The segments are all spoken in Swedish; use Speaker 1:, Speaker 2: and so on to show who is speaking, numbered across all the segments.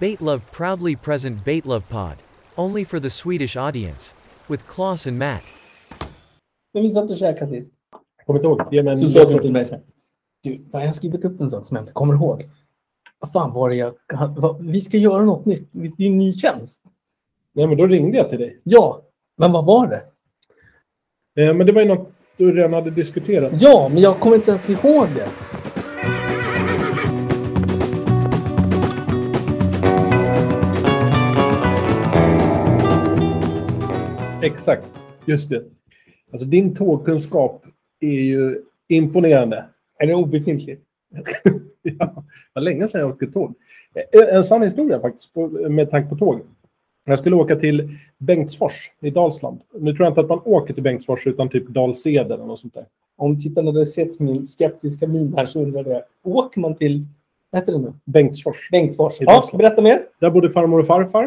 Speaker 1: Baitlove proudly present Baitlove Pod. Only for the Swedish audience. With Klaus and Matt.
Speaker 2: När vi satt och käkade sist
Speaker 3: Jag kommer inte ihåg. Ja, men
Speaker 2: så sa du till mig så här. Du, vad jag har skrivit upp en sak som jag inte kommer ihåg. Vad fan var det jag... Vad, vi ska göra något nytt. Det är en ny tjänst.
Speaker 3: Nej, men då ringde jag till dig.
Speaker 2: Ja, men vad var det?
Speaker 3: Eh, men det var ju något du redan hade diskuterat.
Speaker 2: Ja, men jag kommer inte ens ihåg det.
Speaker 3: Exakt. Just det. Alltså, din tågkunskap är ju imponerande. Eller obefintlig. ja, vad länge sedan jag åkte tåg. Eh, En sann historia faktiskt, på- med tanke på tåg. Jag skulle åka till Bengtsfors i Dalsland. Nu tror jag inte att man åker till Bengtsfors utan typ Dalsed eller något sånt där.
Speaker 2: Om tittarna hade sett min skeptiska min här så undrade jag. Åker man till... Vad heter det nu?
Speaker 3: Bengtsfors.
Speaker 2: Bengtsfors.
Speaker 3: I
Speaker 2: Ja,
Speaker 3: Dalsland.
Speaker 2: berätta mer.
Speaker 3: Där bodde farmor och farfar.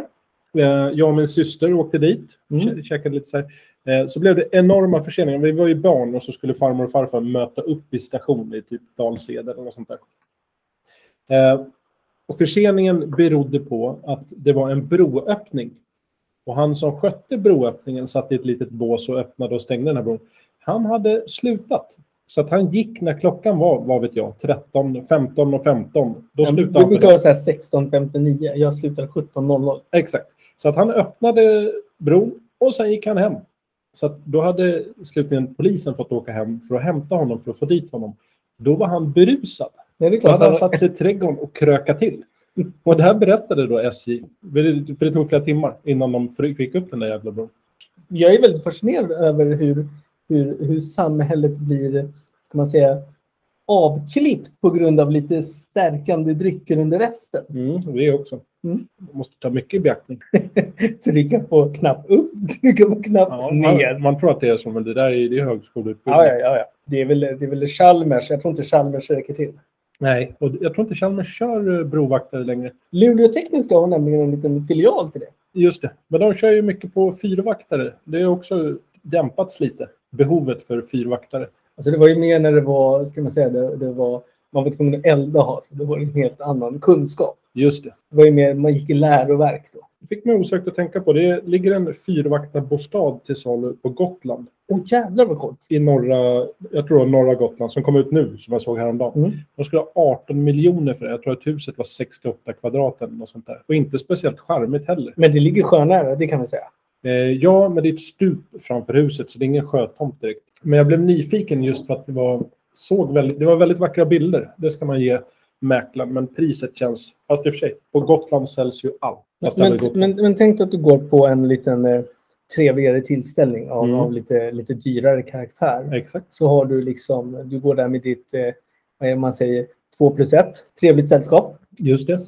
Speaker 3: Eh, Jag och min syster åkte dit.
Speaker 2: Mm.
Speaker 3: Mm. Käkade lite så här. Eh, Så blev det enorma förseningar. Vi var ju barn och så skulle farmor och farfar möta upp i station i typ Dalsed eller något sånt där. Eh, Och förseningen berodde på att det var en broöppning. Och han som skötte broöppningen satt i ett litet bås och öppnade och stängde den här bron. Han hade slutat. Så att han gick när klockan var, vad vet jag, 13, 15 och 15. Då slutade
Speaker 2: Du
Speaker 3: han. för
Speaker 2: brukar
Speaker 3: dagen.
Speaker 2: vara så här 16.59. Jag slutade 17.00.
Speaker 3: Exakt. Så att han öppnade bron och sen gick han hem. Så att då hade slutligen polisen fått åka hem för att hämta honom, för att få dit honom. Då var han berusad.
Speaker 2: Nej, det är
Speaker 3: Då hade han
Speaker 2: klart.
Speaker 3: satt sig i trädgården och krökat till.
Speaker 2: Mm.
Speaker 3: Och det här berättade då SJ, för det tog flera timmar innan de fick upp den där jävla bron.
Speaker 2: jag är väldigt fascinerad över hur, hur, hur samhället blir, ska man säga, avklippt på grund av lite stärkande drycker under resten.
Speaker 3: Mm, det också.
Speaker 2: Mm.
Speaker 3: Man måste ta mycket i beaktning.
Speaker 2: Trycka på knapp upp, trycka på knapp ner.
Speaker 3: man, man tror att det är så, men det där är, det är högskoleutbildning.
Speaker 2: Ja, ja, ja, ja. Det är väl, det är väl Chalmers. Jag tror inte Chalmers räcker till.
Speaker 3: Nej, och jag tror inte Chalmers kör eh, brovaktare längre.
Speaker 2: Luleå Tekniska har nämligen en liten filial till det.
Speaker 3: Just det. Men de kör ju mycket på fyrvaktare. Det har också dämpats lite, behovet för fyrvaktare.
Speaker 2: Alltså det var ju mer när det var, ska man säga, det, det var, man var tvungen att elda ha, så det var en helt annan kunskap.
Speaker 3: Just det.
Speaker 2: Det var ju mer, man gick i läroverk då.
Speaker 3: Det fick mig osökt att tänka på. Det ligger en fyrvaktarbostad till salu på Gotland.
Speaker 2: Åh jävlar vad coolt!
Speaker 3: I norra, jag tror det var norra Gotland, som kom ut nu, som jag såg häromdagen.
Speaker 2: Mm.
Speaker 3: De skulle ha 18 miljoner för det. Jag tror att huset var 68 kvadrat eller något sånt där. Och inte speciellt charmigt heller.
Speaker 2: Men det ligger sjönära, det kan vi säga.
Speaker 3: Eh, ja, men det är ett stup framför huset, så det är ingen sjötomt direkt. Men jag blev nyfiken just för att det var, såg väldigt, det var väldigt vackra bilder. Det ska man ge mäklaren, men priset känns... Fast i och för sig, på Gotland säljs ju allt. Fast det
Speaker 2: Men,
Speaker 3: hade gått-
Speaker 2: men, men tänk dig att du går på en liten eh, trevligare tillställning av,
Speaker 3: Mm.
Speaker 2: av lite, lite dyrare karaktär.
Speaker 3: Exakt.
Speaker 2: Så har du liksom, du går där med ditt, eh, vad är det man säger, två plus ett, trevligt sällskap.
Speaker 3: Just det.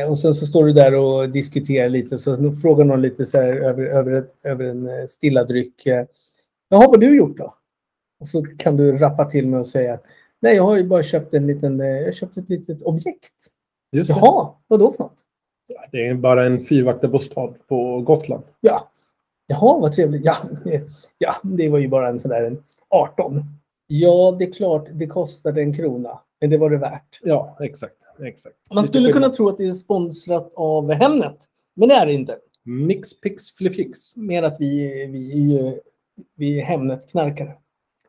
Speaker 2: Eh, och sen så står du där och diskuterar lite och så frågar någon lite så här över, över, ett- över en eh, stilla dryck. Eh, Jaha, vad har du gjort då? Och så kan du rappa till mig och säga att nej, jag har ju bara köpt en liten, eh, jag köpte ett litet objekt.
Speaker 3: Just det.
Speaker 2: Jaha, vad då för något?
Speaker 3: det är bara en fyrvaktarbostad på Gotland.
Speaker 2: Ja. Jaha, vad trevligt. Ja, ja det var ju bara en sån där en 18. Ja, det är klart, det kostade en krona. Men det var det värt.
Speaker 3: Ja, exakt. exakt.
Speaker 2: Man
Speaker 3: Lite
Speaker 2: skulle kunna
Speaker 3: skillnad.
Speaker 2: tro att det är sponsrat av Hemnet. Men det är det inte.
Speaker 3: Mix, pix, flifix.
Speaker 2: Mer att vi, vi, är ju- vi är Hemnet-knarkare.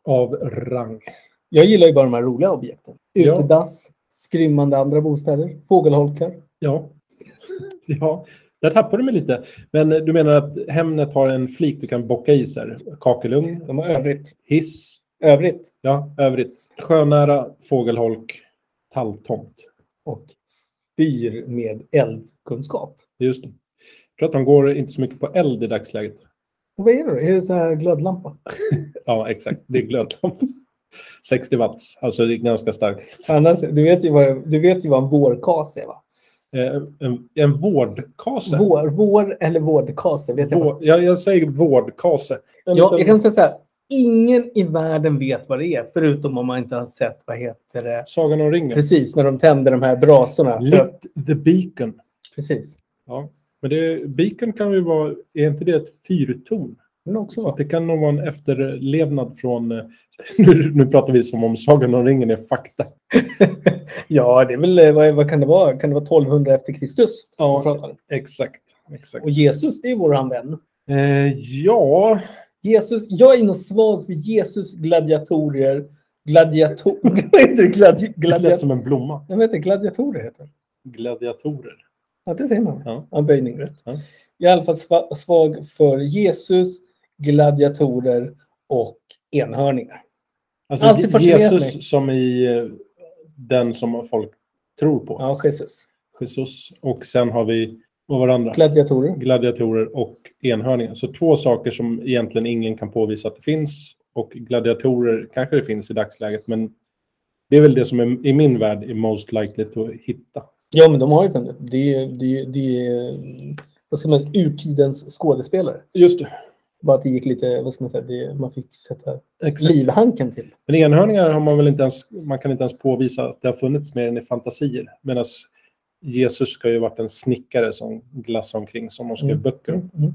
Speaker 3: Av rang.
Speaker 2: Jag gillar ju bara de här roliga objekten.
Speaker 3: Ja.
Speaker 2: Utedass, skrymmande andra bostäder, fågelholkar.
Speaker 3: Ja. ja. Där tappar du mig lite. Men eh, du menar att Hemnet har en flik du kan bocka i så här? Kakelugn,
Speaker 2: De har övrigt.
Speaker 3: hiss,
Speaker 2: Övrigt.
Speaker 3: ja, övrigt. Sjönära, fågelholk, talltomt.
Speaker 2: Och fyr med eldkunskap.
Speaker 3: Just det. Jag tror att de går inte så mycket på eld i dagsläget.
Speaker 2: Och vad är det då? Är det så här glödlampa?
Speaker 3: Ja, exakt. Det är glödlampa. 60 watts, alltså det är ganska starkt.
Speaker 2: Annars, du, vet ju vad, du vet ju vad en vårkase är va?
Speaker 3: Eh, En, en vårdkase.
Speaker 2: Vår, vår eller vårdkase vet jag. vad.
Speaker 3: Vår, jag, jag säger vårdkase. En
Speaker 2: Ja,
Speaker 3: liten
Speaker 2: jag kan säga så här. Ingen i världen vet vad det är förutom om man inte har sett vad heter det.
Speaker 3: Sagan om ringen.
Speaker 2: Precis när de tänder de här brasorna.
Speaker 3: Lit the beacon.
Speaker 2: Precis.
Speaker 3: Men det, beacon kan ju vara, är inte det ett fyrtorn?
Speaker 2: den också
Speaker 3: Så
Speaker 2: vara.
Speaker 3: det kan nog vara en efterlevnad från... eh, Nu, nu pratar vi som om Sagan om ringen är fakta.
Speaker 2: ja, det är väl, eh, vad, vad kan det vara? Kan det vara 1200 efter Kristus?
Speaker 3: Ja,
Speaker 2: pratar.
Speaker 3: Exakt. exakt.
Speaker 2: Och Jesus, det är vår vän.
Speaker 3: Eh, ja,
Speaker 2: Jesus, jag är nog svag för Jesus gladiatorer. Gladiatorer. Vad heter det? Gladi,
Speaker 3: det lät
Speaker 2: gladiat,
Speaker 3: som en blomma.
Speaker 2: jag vet inte, gladiatorer heter det.
Speaker 3: Gladiatorer.
Speaker 2: Ja, det säger man.
Speaker 3: Ja.
Speaker 2: Ja, böjning rätt.
Speaker 3: Ja.
Speaker 2: Jag är i alla fall sva- svag för Jesus, gladiatorer och enhörningar.
Speaker 3: Alltså,
Speaker 2: Alltid
Speaker 3: Je-
Speaker 2: fascinerat mig.
Speaker 3: Jesus som i eh, den som folk tror på.
Speaker 2: Ja, Jesus.
Speaker 3: Jesus. Och sen har vi vad var det andra?
Speaker 2: Gladiatorer.
Speaker 3: gladiatorer och enhörningar. Så två saker som egentligen ingen kan påvisa att det finns. Och gladiatorer kanske det finns i dagsläget, men det är väl det som är, i min värld är most likely att hitta.
Speaker 2: Ja, men de har ju det. Det är, det är, det är vad ska man säga, urtidens skådespelare.
Speaker 3: Just det.
Speaker 2: Bara att det gick lite, vad ska man säga, det, man fick sätta
Speaker 3: Exakt.
Speaker 2: livhanken till.
Speaker 3: Men enhörningar har man väl inte ens, man kan inte ens påvisa att det har funnits mer än i fantasier. Medan Jesus ska ju ha varit en snickare som glassade omkring som de skrev
Speaker 2: Mm.
Speaker 3: böcker om
Speaker 2: Mm. Mm.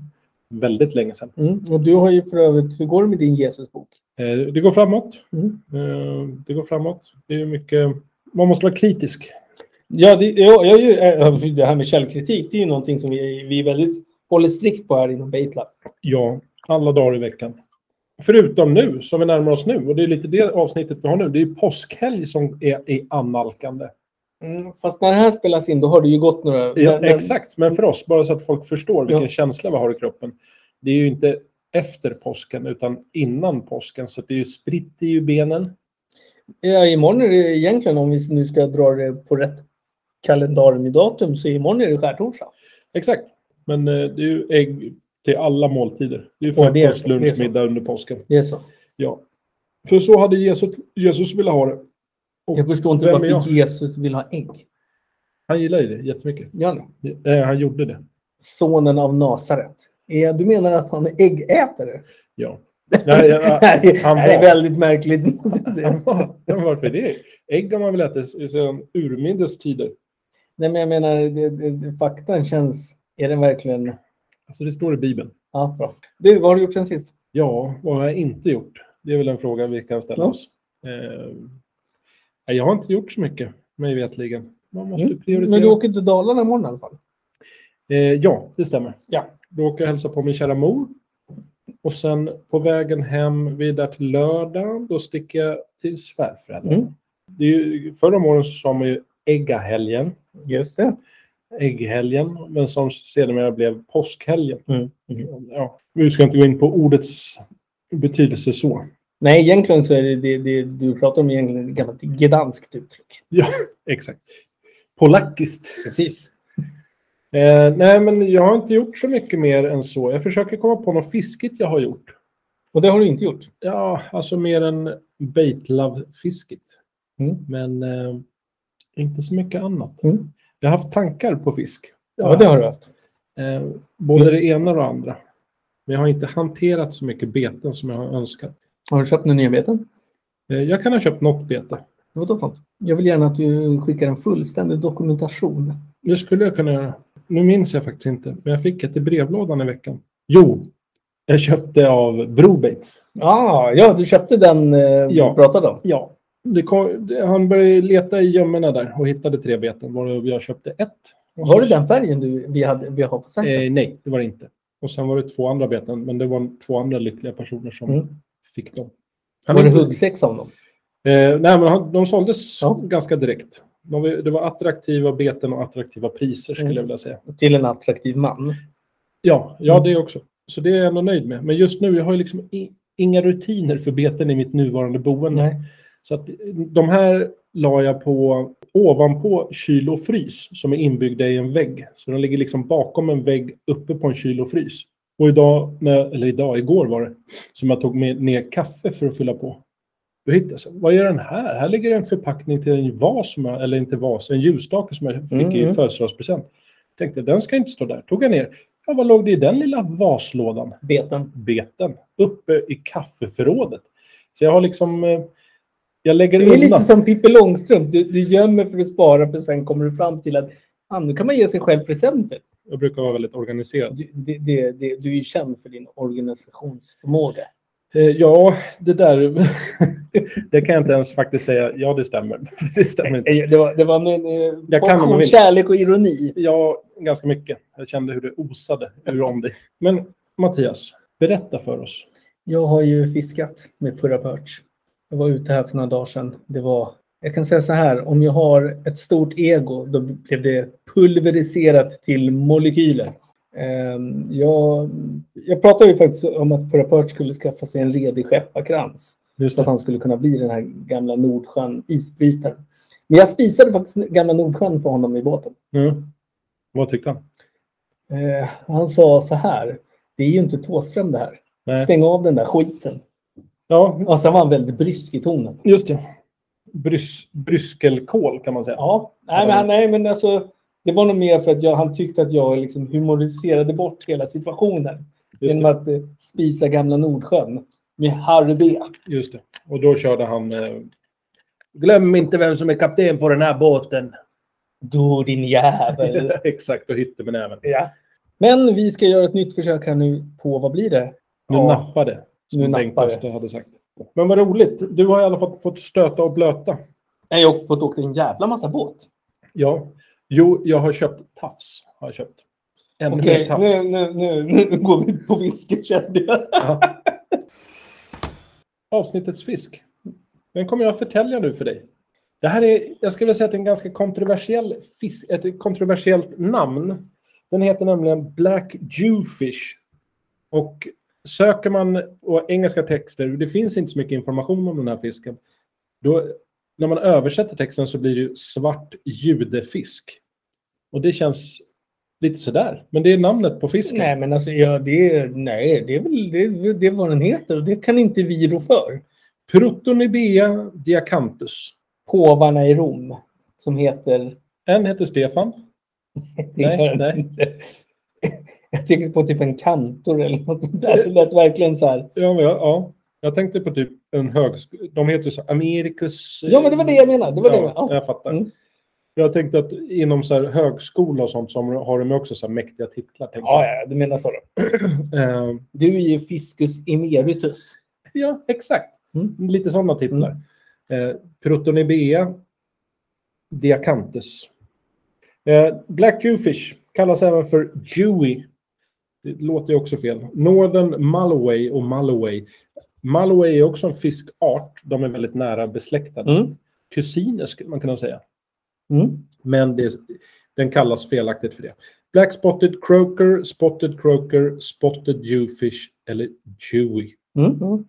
Speaker 3: väldigt länge sedan.
Speaker 2: Mm. Och du har ju för övrigt, hur går det med din Jesusbok?
Speaker 3: Eh, Det går framåt.
Speaker 2: Mm.
Speaker 3: Eh, Det går framåt. Det är mycket, man måste vara kritisk.
Speaker 2: Ja, det, ja, jag, är ju- eh, det här med källkritik, det är ju någonting som vi, vi väldigt håller strikt på här inom Baitlab.
Speaker 3: Ja, alla dagar i veckan. Förutom nu, som vi närmar oss nu. Och det är lite det avsnittet vi har nu. Det är ju påskhelg som är, är annalkande.
Speaker 2: Mm, fast när det här spelas in, då har det ju gått några...
Speaker 3: Ja,
Speaker 2: men- men-
Speaker 3: Exakt, men för oss, bara så att folk förstår vilken
Speaker 2: Ja.
Speaker 3: känsla vi har i kroppen. Det är ju inte efter påsken, utan innan påsken. Så att det är ju spritt i ju benen.
Speaker 2: Ja, imorgon är det egentligen, om vi nu ska dra det på rätt kalendarium i datum, så imorgon är det skärtorsdag.
Speaker 3: Exakt. Men eh, det är ju ägg till alla måltider. Det är ju
Speaker 2: Ja, det är
Speaker 3: frukost,
Speaker 2: så, det är
Speaker 3: lunch,
Speaker 2: så.
Speaker 3: middag under påsken.
Speaker 2: Det är så.
Speaker 3: Ja. För så hade Jesus, Jesus ville ha det. Och
Speaker 2: Jag förstår inte
Speaker 3: vem är
Speaker 2: varför
Speaker 3: jag?
Speaker 2: Jesus vill ha ägg.
Speaker 3: Han gillar ju det jättemycket.
Speaker 2: Ja, nu.
Speaker 3: Eh, han gjorde det.
Speaker 2: Sonen av Nasaret. Eh, Du menar att han är äggätare?
Speaker 3: Ja. Nej,
Speaker 2: Det
Speaker 3: jag,
Speaker 2: här är,
Speaker 3: han
Speaker 2: det här är
Speaker 3: var.
Speaker 2: väldigt märkligt. måste jag säga.
Speaker 3: han var, Ja, varför det? Ägg har man väl ätit sedan urminnes tider.
Speaker 2: Nej, men jag menar, det, det, det, faktan känns... Är den verkligen...
Speaker 3: Alltså det står i Bibeln.
Speaker 2: Ja, bra. Du, vad har du gjort sen sist?
Speaker 3: Ja, vad har jag inte gjort? Det är väl en fråga vi kan ställa
Speaker 2: Ja.
Speaker 3: oss. Eh, nej, jag har inte gjort så mycket, mig vetligen. Man måste
Speaker 2: Mm.
Speaker 3: prioritera.
Speaker 2: Men du åker till Dalarna imorgon i alla fall?
Speaker 3: eh, ja, det stämmer.
Speaker 2: Ja.
Speaker 3: Då åker jag hälsa på min kära mor. Och sen på vägen hem vidare till lördag, då sticker jag till svärföräldrarna.
Speaker 2: Mm.
Speaker 3: Det är ju, förra om åren så sa man ju äggahelgen.
Speaker 2: Just det.
Speaker 3: ägghelgen, men som sedermera blev påskhelgen.
Speaker 2: Mm.
Speaker 3: Ja, vi ska inte gå in på ordets betydelse så.
Speaker 2: Nej, egentligen så är det, det, det du pratar om egentligen ett gammalt gdanskt uttryck.
Speaker 3: Exakt. Polackiskt.
Speaker 2: Precis.
Speaker 3: Eh, nej, men jag har inte gjort så mycket mer än så. Jag försöker komma på något fiskigt jag har gjort.
Speaker 2: Och det har du inte gjort?
Speaker 3: Ja, alltså mer än baitlove-fiskigt.
Speaker 2: Mm.
Speaker 3: Men eh, inte så mycket annat.
Speaker 2: Mm.
Speaker 3: Jag har haft tankar på fisk.
Speaker 2: Ja, det har du haft.
Speaker 3: Eh, både det ena och det andra. Men jag har inte hanterat så mycket beten som jag har önskat.
Speaker 2: Har du köpt några nya beten?
Speaker 3: Eh, Jag kan ha köpt något bete.
Speaker 2: Vadå sånt? Jag vill gärna att du skickar en fullständig dokumentation.
Speaker 3: Det skulle jag kunna göra. Nu minns jag faktiskt inte, men jag fick ett i brevlådan i veckan. Jo, jag köpte av Brobates.
Speaker 2: Ah, ja, du köpte den eh,
Speaker 3: Ja.
Speaker 2: vi pratade om.
Speaker 3: Ja. Det kom, det, han började leta i gömmorna där och hittade tre beten, varav jag köpte ett. Och
Speaker 2: Var
Speaker 3: så-
Speaker 2: det den färgen du, vi, hade, vi har på sajten?
Speaker 3: Eh, nej, det var det inte. Och sen var det två andra beten, men det var två andra lyckliga personer som
Speaker 2: Mm.
Speaker 3: fick dem.
Speaker 2: var det
Speaker 3: inte-
Speaker 2: huggsexa om dem?
Speaker 3: Eh, nej, men han, de såldes
Speaker 2: Ja.
Speaker 3: ganska direkt. De, var- det var attraktiva beten och attraktiva priser skulle
Speaker 2: Mm.
Speaker 3: jag vilja säga.
Speaker 2: Till en attraktiv man?
Speaker 3: Ja, ja
Speaker 2: Mm.
Speaker 3: det också. Så det är jag ändå nöjd med. Men just nu, jag har ju liksom i, inga rutiner för beten i mitt nuvarande boende. Så att de här la jag på ovanpå kyl och frys som är inbyggda i en vägg. Så de ligger liksom bakom en vägg uppe på en kyl och frys. Och idag, när, jag- eller idag, igår var det, som jag tog med, ner kaffe för att fylla på. Då hittade jag, så, vad gör den här? Här ligger en förpackning till en vas, som jag, eller inte vas, en ljusstake som jag fick i
Speaker 2: Mm.
Speaker 3: födelsedagspresent. Tänkte, den ska inte stå där. Tog jag ner. Ja, vad låg det i den lilla vaslådan?
Speaker 2: Beten?
Speaker 3: beten uppe i kaffeförrådet. Så jag har liksom... eh, Jag lägger
Speaker 2: Det är lite
Speaker 3: undan.
Speaker 2: som Pippi Långstrump. Du, du gömmer för att spara för sen kommer du fram till att ah, nu kan man ge sig själv presenter.
Speaker 3: Jag brukar vara väldigt organiserad.
Speaker 2: Du, det, det, det, du är ju känd för din organisationsförmåga.
Speaker 3: Eh, ja, det där det kan jag inte ens faktiskt säga. Ja, det stämmer. det stämmer inte.
Speaker 2: Eh, Det var, det var min eh,
Speaker 3: Jag kan
Speaker 2: portion
Speaker 3: om jag vill.
Speaker 2: kärlek och ironi.
Speaker 3: Ja, ganska mycket. Jag kände hur det osade ur om dig. Men Mattias, berätta för oss.
Speaker 2: Jag har ju fiskat med Purra Perch. Jag var ute här för några dagar sedan. Det var, jag kan säga så här, om jag har ett stort ego då blev det pulveriserat till molekyler. Ehm, Jag, jag pratade ju faktiskt om att Purra Perch skulle skaffa sig en redig skepparkrans.
Speaker 3: Just
Speaker 2: så att han skulle kunna bli den här gamla Nordsjön isbrytaren. Men jag spisade faktiskt gamla Nordsjön för honom i båten.
Speaker 3: Mm. Vad tyckte han?
Speaker 2: Eh, han sa så här. Det är ju inte Thåström det här.
Speaker 3: Nej.
Speaker 2: Stäng av den där skiten.
Speaker 3: Ja,
Speaker 2: Och sen var han väldigt brysk i tonen.
Speaker 3: just det. Brys, bryskelkål kan man säga.
Speaker 2: Ja, nej men, han- nej, men alltså. Det var nog mer för att jag, han tyckte att jag liksom humoriserade bort hela situationen.
Speaker 3: just,
Speaker 2: Genom
Speaker 3: det,
Speaker 2: att eh, spisa gamla Nordsjön med Harry B.
Speaker 3: just det. Och då körde han... Eh,
Speaker 4: Glöm inte vem som är kapten på den här båten.
Speaker 2: Du din jävel.
Speaker 3: exakt, och hytte med näven.
Speaker 2: ja. Men vi ska göra ett nytt försök här nu på, vad blir det?
Speaker 3: Nu
Speaker 2: Ja.
Speaker 3: nappade. Som
Speaker 2: Nu
Speaker 3: Bengt
Speaker 2: nappade.
Speaker 3: Öster hade sagt. Men vad roligt. Du har i alla fall fått stöta och blöta.
Speaker 2: Nej, jag har fått åka en jävla massa båt.
Speaker 3: Ja. Jo, jag har köpt tafs. Har jag köpt. Ännu mer
Speaker 2: Okej,
Speaker 3: tafs.
Speaker 2: nu, nu, nu, nu går vi på whisky kände jag.
Speaker 3: Ja. Avsnittets fisk. Den kommer jag förtälja nu för dig. Det här är, jag skulle vilja säga att det är en ganska kontroversiell fisk, ett kontroversiellt namn. Den heter nämligen Black Jewfish. Och söker man på engelska texter, det finns inte så mycket information om den här fisken. Då, när man översätter texten så blir det ju svart judefisk. Och det känns lite sådär. Men det är namnet på fisken.
Speaker 2: Nej, men alltså, ja, det, är- nej, det är väl det, det är vad den heter och det kan inte vi rå för.
Speaker 3: Protonibea diacanthus.
Speaker 2: Påvarna i Rom som heter...
Speaker 3: En heter Stefan. Nej,
Speaker 2: det gör den
Speaker 3: nej.
Speaker 2: inte. Jag tänker på typ en kantor eller något sånt där. Det lät verkligen så här.
Speaker 3: Ja, men jag- ja. Jag tänkte på typ en högskola. De heter ju så Americus. eh,
Speaker 2: Ja, men det var det jag menade. Det var det. jag
Speaker 3: ja,
Speaker 2: menade.
Speaker 3: jag fattar.
Speaker 2: Mm.
Speaker 3: Jag tänkte att inom så här högskola och sånt så har de ju också så här mäktiga titlar. tänkte
Speaker 2: Ja, ja, du menar så. Då.
Speaker 3: jag. Eh,
Speaker 2: Du är ju Fiscus emeritus.
Speaker 3: ja, exakt.
Speaker 2: Mm.
Speaker 3: Lite sådana titlar. Eh, Protonibea diacanthus. Eh, Black Jewfish kallas även för Dewey. Det låter ju också fel. Northern Malway och Malway. Malway är också en fiskart. De är väldigt nära besläktade.
Speaker 2: Mm.
Speaker 3: Kusiner skulle man kunna säga.
Speaker 2: Mm.
Speaker 3: Men det, den kallas felaktigt för det. Black Spotted Croaker, Spotted Croaker, Spotted Jewfish eller Dewey.
Speaker 2: Mm. Mm.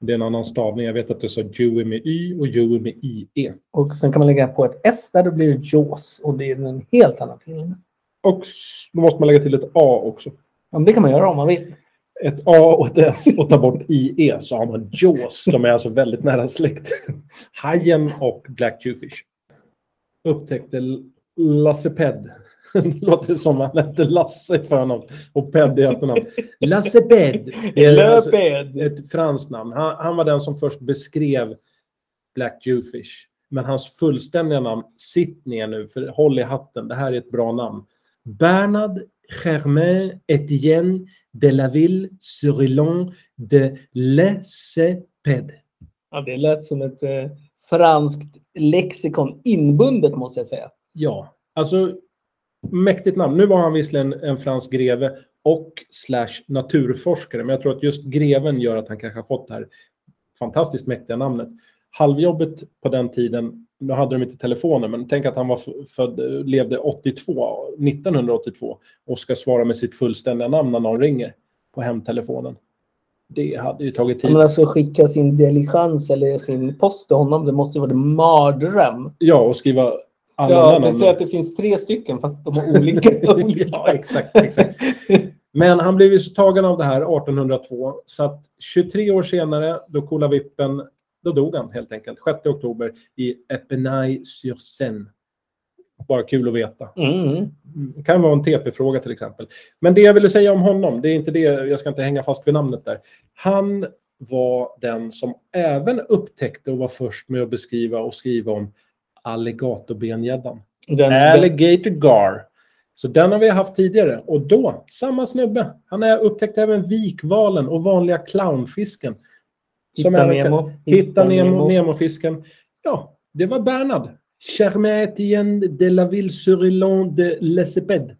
Speaker 3: Det är en annan stavning. Jag vet att du sa Dewey med Y och Dewey med E. IE.
Speaker 2: Och sen kan man lägga på ett S där, då blir det Jaws. Och det är en helt annan film.
Speaker 3: Och s- då måste man lägga till ett A också.
Speaker 2: Ja, men det kan man göra om man vill.
Speaker 3: Ett A och ett S och ta bort IE så har man Jaws. De är alltså väldigt nära släkt. Hajen och Black Jewfish. Upptäckte L- Lasse Pedd. Det låter som han hette Lasse i förnamn och Pedd i efternamn. Lasse Pedd. Det är alltså- Det är ett franskt namn. Han, han var den som först beskrev Black Jewfish. Men hans fullständiga namn, sitt ner nu, för håll i hatten, det här är ett bra namn. Bernard Germain Etienne de la Ville Surillon de Leseped.
Speaker 2: Ja, det lät som ett eh, franskt lexikon inbundet måste jag säga.
Speaker 3: Ja, alltså mäktigt namn. Nu var han visserligen en fransk greve och slash naturforskare, men jag tror att just greven gör att han kanske har fått det här fantastiskt mäktiga namnet. Halvjobbet på den tiden, nu hade de inte telefoner, men tänk att han var f- född, levde 82, 1982 och ska svara med sitt fullständiga namn när någon ringer på hemtelefonen. Det hade ju tagit tid.
Speaker 2: Men alltså skicka sin diligens eller sin post till honom, det måste ju vara en mardröm.
Speaker 3: Ja, och skriva
Speaker 2: Ja,
Speaker 3: alla
Speaker 2: men
Speaker 3: namn.
Speaker 2: säg att det finns tre stycken fast de har olika. olika.
Speaker 3: ja, exakt, exakt. Men han blev ju så tagen av det här 1802, så att 23 år senare, då Kola Vippen, då dog han helt enkelt. 6 oktober i Epinay-sur-Seine. Bara kul att veta.
Speaker 2: Mm.
Speaker 3: Det kan vara en TP-fråga till exempel. Men det jag ville säga om honom, det är inte det, jag ska inte hänga fast vid namnet där. Han var den som även upptäckte och var först med att beskriva och skriva om alligatorbenhjäddan.
Speaker 2: Den, den,
Speaker 3: Alligator gar. Så den har vi haft tidigare. Och då, samma snubbe. Han har upptäckt även vikvalen och vanliga clownfisken. Som
Speaker 2: Hitta
Speaker 3: är-
Speaker 2: Nemo.
Speaker 3: Hitta Nemo, Nemofisken. Ja, det var Bernhard. Charmätien de la ville sur îlon de Leseped.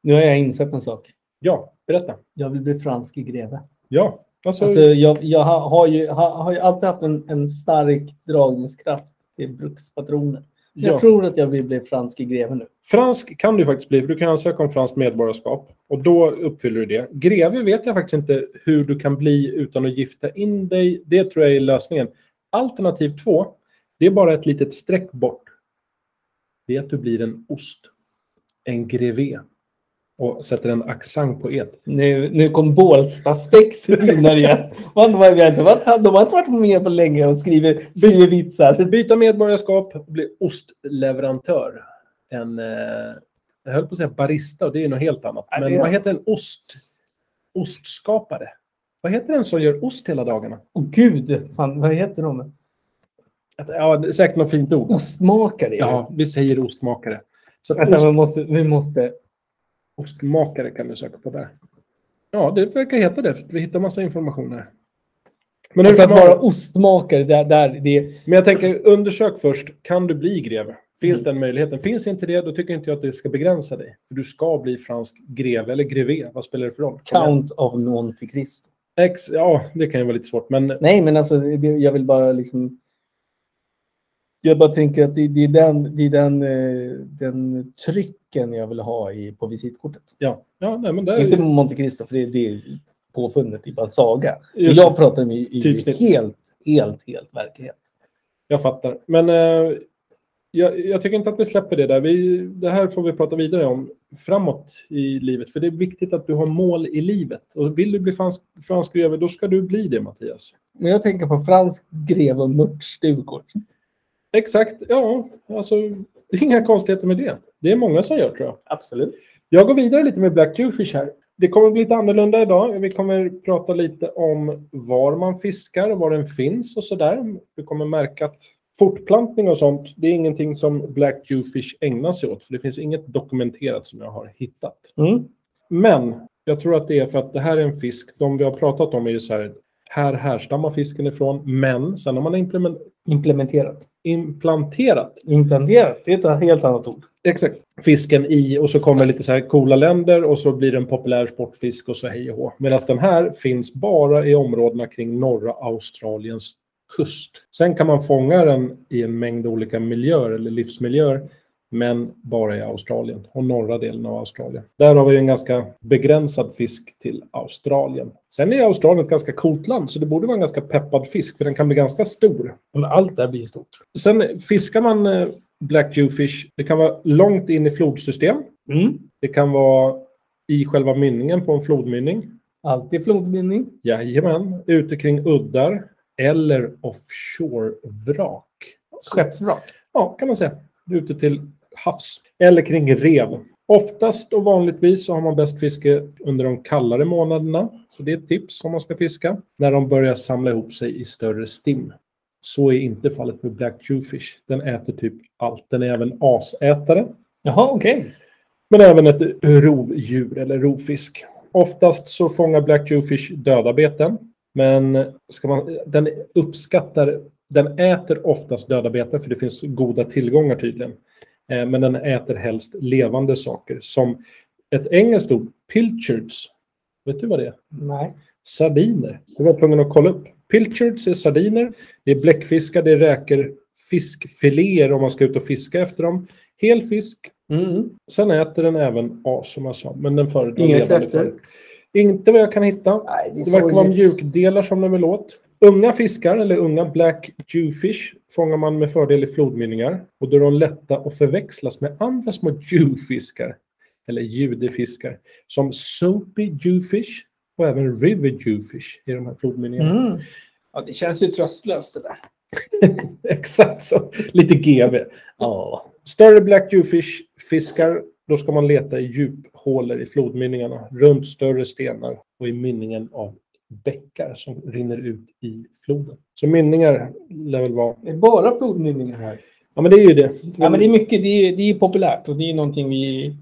Speaker 2: Nu har jag insett en sak.
Speaker 3: Ja, berätta.
Speaker 2: Jag vill bli fransk greve.
Speaker 3: Ja, alltså,
Speaker 2: Alltså, jag jag har, har, ju, har, har ju alltid haft en, en stark dragningskraft till brukspatroner. Jag
Speaker 3: ja.
Speaker 2: tror att jag vill bli fransk greve nu.
Speaker 3: Fransk kan du faktiskt bli, för du kan ansöka om franskt medborgarskap. Och då uppfyller du det. Greve vet jag faktiskt inte hur du kan bli utan att gifta in dig. Det tror jag är lösningen. Alternativ två, det är bara ett litet streck bort. Det är att du blir en ost. En greve. Och sätter en accent på et.
Speaker 2: Nu, nu kom Bålsta-spexet in här igen. Man, man, de, har, de har inte varit med på länge och skriver, skriver vitsar.
Speaker 3: Byta medborgarskap, bli ostleverantör. En, eh, jag höll på att säga barista, och det är något helt annat.
Speaker 2: Ja, det
Speaker 3: Men
Speaker 2: är-
Speaker 3: vad heter en ost? Ostskapare. Vad heter den som gör ost hela dagarna?
Speaker 2: Åh gud, fan, vad heter de?
Speaker 3: Ja, det är säkert något fint ord.
Speaker 2: Ostmakare.
Speaker 3: Ja, vi säger ostmakare. Så att
Speaker 2: Vänta,
Speaker 3: ost,
Speaker 2: vi måste, vi måste...
Speaker 3: ostmakare kan du söka på där. Ja, det verkar heta det. För vi hittar massa information här. Men, hur
Speaker 2: Alltså att
Speaker 3: kan man-
Speaker 2: vara ostmakare, där, där, det,
Speaker 3: men jag tänker, undersök först. Kan du bli greve? Finns den möjligheten? Finns inte det, då tycker inte jag att det ska begränsa dig. För du ska bli fransk greve eller greve. Vad spelar det för roll?
Speaker 2: Count of non till Kristo.
Speaker 3: Ex, ja, det kan ju vara lite svårt. Men
Speaker 2: Nej, men alltså, det, jag vill bara liksom... Jag bara tänker att det, det är, den, det är den, eh, den trycken jag vill ha i, på visitkortet.
Speaker 3: ja, ja nej, men det är
Speaker 2: Inte
Speaker 3: ju
Speaker 2: Monte Cristo, för det, det är påfunnet, det är bara en saga.
Speaker 3: Just
Speaker 2: jag pratar om i, i
Speaker 3: Typsnitt.
Speaker 2: helt, helt, helt verklighet.
Speaker 3: Jag fattar. Men eh, jag, jag tycker inte att vi släpper det där. Vi, det här får vi prata vidare om framåt i livet. För det är viktigt att du har mål i livet. Och vill du bli fransk, fransk greve, då ska du bli det, Mattias.
Speaker 2: Men jag tänker på fransk greve och mörtstugor.
Speaker 3: Exakt. Ja, alltså, det är inga konstigheter med det. Det är många som gör, tror jag.
Speaker 2: Absolut.
Speaker 3: Jag går vidare lite med Black Jewfish här. Det kommer bli lite annorlunda idag. Vi kommer prata lite om var man fiskar och var den finns och sådär. Du kommer märka att fortplantning och sånt, det är ingenting som Black Jewfish ägnar sig åt. För det finns inget dokumenterat som jag har hittat.
Speaker 2: Mm.
Speaker 3: Men jag tror att det är för att det här är en fisk, de vi har pratat om är ju så här, här härstammar fisken ifrån, men sen har man implement-
Speaker 2: Implementerat.
Speaker 3: implanterat
Speaker 2: Implanterat, det är ett helt annat ord.
Speaker 3: Exakt. Fisken i och så kommer lite så här coola länder och så blir det en populär sportfisk och så hej och hå. Medan den här finns bara i områdena kring norra Australiens kust. Sen kan man fånga den i en mängd olika miljöer eller livsmiljöer, men bara i Australien och norra delen av Australien. Där har vi ju en ganska begränsad fisk till Australien. Sen är Australien ett ganska coolt land, så det borde vara en ganska peppad fisk, för den kan bli ganska stor.
Speaker 2: Men allt där blir stort.
Speaker 3: Sen fiskar man eh, black jewfish. Det kan vara långt in i flodsystem.
Speaker 2: Mm.
Speaker 3: Det kan vara i själva mynningen på en flodmynning.
Speaker 2: Alltid flodmynning.
Speaker 3: Jajamän. Ute kring uddar. Eller offshore-vrak.
Speaker 2: Skeppsvrak.
Speaker 3: Ja, kan man säga. Ute till havs. Eller kring rev. Oftast och vanligtvis så har man bäst fiske under de kallare månaderna. Så det är ett tips om man ska fiska. När de börjar samla ihop sig i större stim. Så är inte fallet med black jewfish. Den äter typ allt. Den är även asätare.
Speaker 2: Jaha, okej.
Speaker 3: Men även ett rovdjur eller rovfisk. Oftast så fångar Black Jewfish döda beten. Men ska man, den uppskattar, den äter oftast döda beten för det finns goda tillgångar tydligen. Eh, men den äter helst levande saker som ett engelskt ord, pilchards. Vet du vad det är?
Speaker 2: Nej.
Speaker 3: Sardiner. Det var jag tvungen att kolla upp. Pilchards är sardiner. Det är bläckfiskar, det är räkor, fiskfiléer om man ska ut och fiska efter dem. Hel fisk,
Speaker 2: Mm.
Speaker 3: Sen äter den även as som jag sa, men den föredrar
Speaker 2: Inga
Speaker 3: levande
Speaker 2: kräftor?
Speaker 3: form. Inte vad jag kan hitta.
Speaker 2: Nej,
Speaker 3: Det verkar vara mjukdelar som den vill åt. Unga fiskar, eller unga black jewfish, fångar man med fördel i flodmynningar. Och då är de lätta att förväxlas med andra små jewfiskar, eller judefiskar, som soapy jewfish och även river jewfish i de här flodmynningarna.
Speaker 2: Mm. Ja, det känns ju tröstlöst det där.
Speaker 3: Exakt så. Lite GV.
Speaker 2: Ja.
Speaker 3: Större black jewfish fiskar, då ska man leta i djuphålor i flodmynningarna, runt större stenar och i mynningen av bäckar som rinner ut i floden. Så mynningar lär väl vara...
Speaker 2: Det är bara flodmynningar här.
Speaker 3: Ja, men det är ju det.
Speaker 2: Ja, men det är mycket, det är, det är populärt och det är någonting vi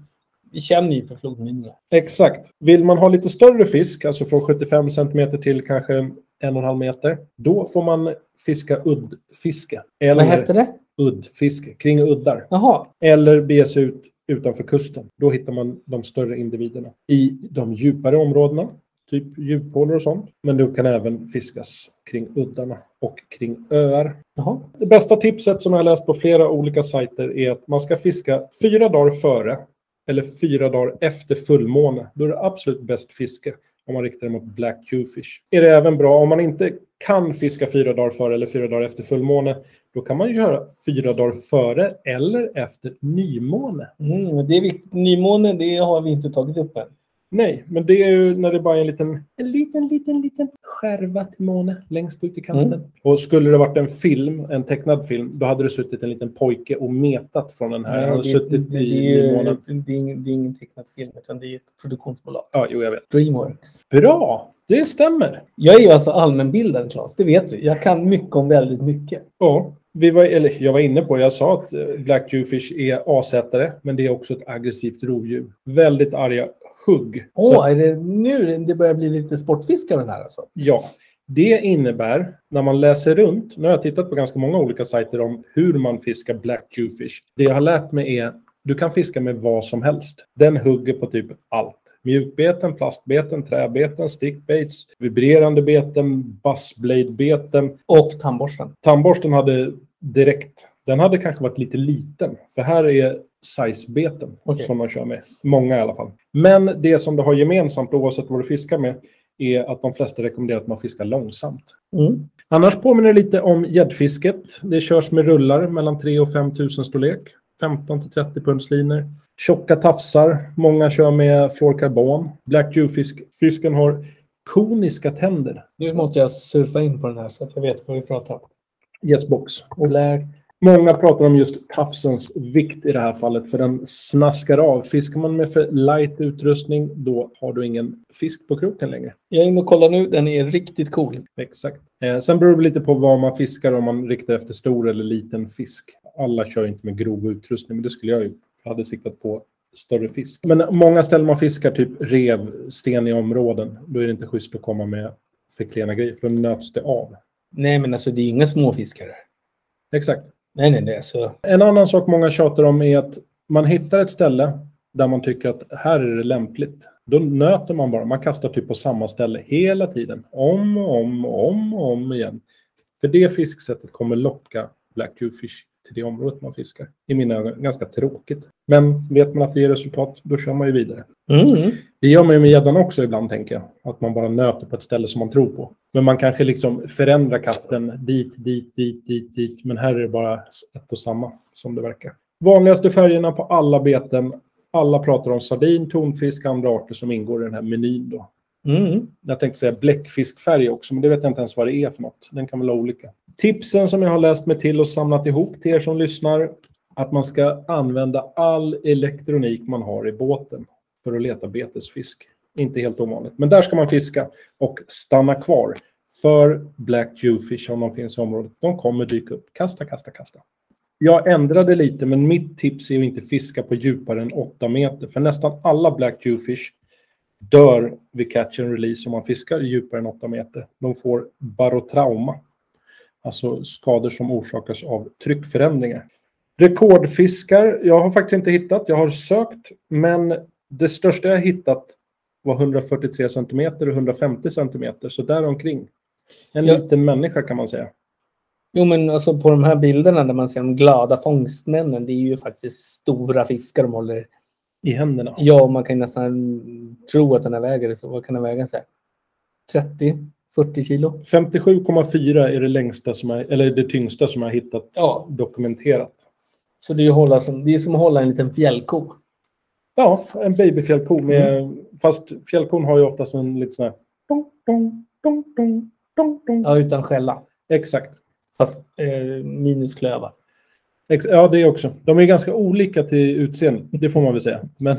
Speaker 5: vi känner ju för flodmynningar.
Speaker 3: Exakt. Vill man ha lite större fisk, alltså från 75 centimeter till kanske en och en halv meter, då får man fiska uddfiske.
Speaker 2: Vad hette
Speaker 3: Eller
Speaker 2: det?
Speaker 3: uddfiske, kring uddar.
Speaker 2: Jaha,
Speaker 3: Eller bege sig ut utanför kusten. Då hittar man de större individerna i de djupare områdena, typ djuphålor och sånt. Men du kan även fiskas kring uddarna och kring öar.
Speaker 2: jaha.
Speaker 3: Det bästa tipset som jag har läst på flera olika sajter är att man ska fiska fyra dagar före eller fyra dagar efter fullmåne. Då är det absolut bäst fiske om man riktar det mot black Q-fish. Är det även bra om man inte kan fiska fyra dagar före eller fyra dagar efter fullmåne, då kan man ju göra fyra dagar före eller efter nymåne.
Speaker 5: Mm, det är viktigt. Nymånen, det har vi inte tagit upp än.
Speaker 3: Nej, men det är ju när det bara är en liten, en liten, liten, liten skärva till måne längst ut i kanten. Mm. Och skulle det varit en film, en tecknad film, då hade det suttit en liten pojke och metat från den här. Han hade
Speaker 5: det, det,
Speaker 3: suttit
Speaker 5: det,
Speaker 3: i
Speaker 5: är ju-
Speaker 3: månen.
Speaker 5: det, det, är ingen- det är ingen tecknad film, utan det är ett produktionsbolag.
Speaker 3: Ja, jo, jag vet.
Speaker 5: Dreamworks.
Speaker 3: Bra! Det stämmer.
Speaker 5: Jag är ju alltså allmänbildad, Claes. Det vet du. Jag kan mycket om väldigt mycket.
Speaker 3: Ja, vi var, eller jag var inne på, jag sa att eh, Black Jewfish är asätare, men det är också ett aggressivt rovdjur. Väldigt arga hugg. Så-
Speaker 5: Åh, är det nu det börjar bli lite sportfiske av den här alltså?
Speaker 3: Ja, det innebär när man läser runt. Nu har jag tittat på ganska många olika sajter om hur man fiskar black jewfish. Det jag har lärt mig är du kan fiska med vad som helst. Den hugger på typ allt. Mjukbeten, plastbeten, träbeten, stickbaits, vibrerande beten, bassbladebeten.
Speaker 5: Och tandborsten.
Speaker 3: Tandborsten hade direkt, den hade kanske varit lite liten. För här är sizebeten
Speaker 5: Okej.
Speaker 3: som man kör med. Många i alla fall. Men det som det har gemensamt oavsett vad du fiskar med är att de flesta rekommenderar att man fiskar långsamt.
Speaker 5: Mm.
Speaker 3: Annars påminner det lite om gäddfisket. Det körs med rullar mellan 3 och 5 000 storlek. 15 till 30 pundslinor. Tjocka tafsar. Många kör med fluorkarbon. Black Jewfisk. Fisken har koniska tänder.
Speaker 5: Nu måste jag surfa in på den här så att jag vet vad vi pratar om.
Speaker 3: Jetsbox.
Speaker 5: Black.
Speaker 3: Många pratar om just tafsens vikt i det här fallet, för den snaskar av. Fiskar man med för light utrustning, då har du ingen fisk på kroken längre.
Speaker 5: Jag är inne och kollar nu. Den är riktigt cool.
Speaker 3: Exakt. Eh, sen beror det lite på vad man fiskar, om man riktar efter stor eller liten fisk. Alla kör inte med grov utrustning, men det skulle jag ju. Jag hade siktat på större fisk. Men många ställen man fiskar, typ rev, steniga områden, då är det inte schysst att komma med för klena grejer, för då nöts det av.
Speaker 5: Nej, men alltså det är inga småfiskare.
Speaker 3: Exakt.
Speaker 5: Nej, nej, nej. Alltså,
Speaker 3: En annan sak många tjatar om är att man hittar ett ställe där man tycker att här är det lämpligt. Då nöter man bara. Man kastar typ på samma ställe hela tiden. Om och om och om och om igen. För det fisksättet kommer locka black jewfish till det området man fiskar. I mina ögon ganska tråkigt. Men vet man att det ger resultat, då kör man ju vidare. Det gör man ju med gäddan också ibland, tänker jag. Att man bara nöter på ett ställe som man tror på. Men man kanske liksom förändrar katten dit, dit, dit, dit, dit. Men här är det bara ett och samma som det verkar. Vanligaste färgerna på alla beten. Alla pratar om sardin, tonfisk och andra arter som ingår i den här menyn. Då.
Speaker 5: Mm.
Speaker 3: Jag tänkte säga bläckfiskfärg också, men det vet jag inte ens vad det är för något. Den kan väl ha olika. Tipsen som jag har läst mig till och samlat ihop till er som lyssnar. Att man ska använda all elektronik man har i båten för att leta betesfisk. Inte helt ovanligt. Men där ska man fiska och stanna kvar. För black jewfish, om de finns i området, de kommer dyka upp. Kasta, kasta, kasta. Jag ändrade lite, men mitt tips är att inte fiska på djupare än 8 meter. För nästan alla black jewfish dör vid catch and release om man fiskar djupare än 8 meter. De får barotrauma, alltså skador som orsakas av tryckförändringar. Rekordfiskar, jag har faktiskt inte hittat, jag har sökt, men det största jag hittat var 143 centimeter och 150 centimeter, så däromkring. En
Speaker 5: Ja.
Speaker 3: liten människa kan man säga.
Speaker 5: Jo, men alltså på de här bilderna där man ser de glada fångstmännen, det är ju faktiskt stora fiskar de håller.
Speaker 3: I händerna.
Speaker 5: Ja, man kan ju nästan tro att den här väger så. Vad kan den väga? Så här? 30? 40 kilo?
Speaker 3: 57,4 är det längsta som är, eller det tyngsta som jag har hittat
Speaker 5: Ja.
Speaker 3: dokumenterat.
Speaker 5: Så det är ju hålla som, det är som att hålla en liten fjällko.
Speaker 3: Ja, en babyfjällko. Med,
Speaker 5: Mm.
Speaker 3: Fast fjällkon har ju oftast en lite sån här... Dong, dong, dong, dong, dong, dong.
Speaker 5: Ja, utan skälla.
Speaker 3: Exakt.
Speaker 5: Fast eh, minus klövar.
Speaker 3: Ex ja, det också. De är ganska olika till utseende, det får man väl säga. Men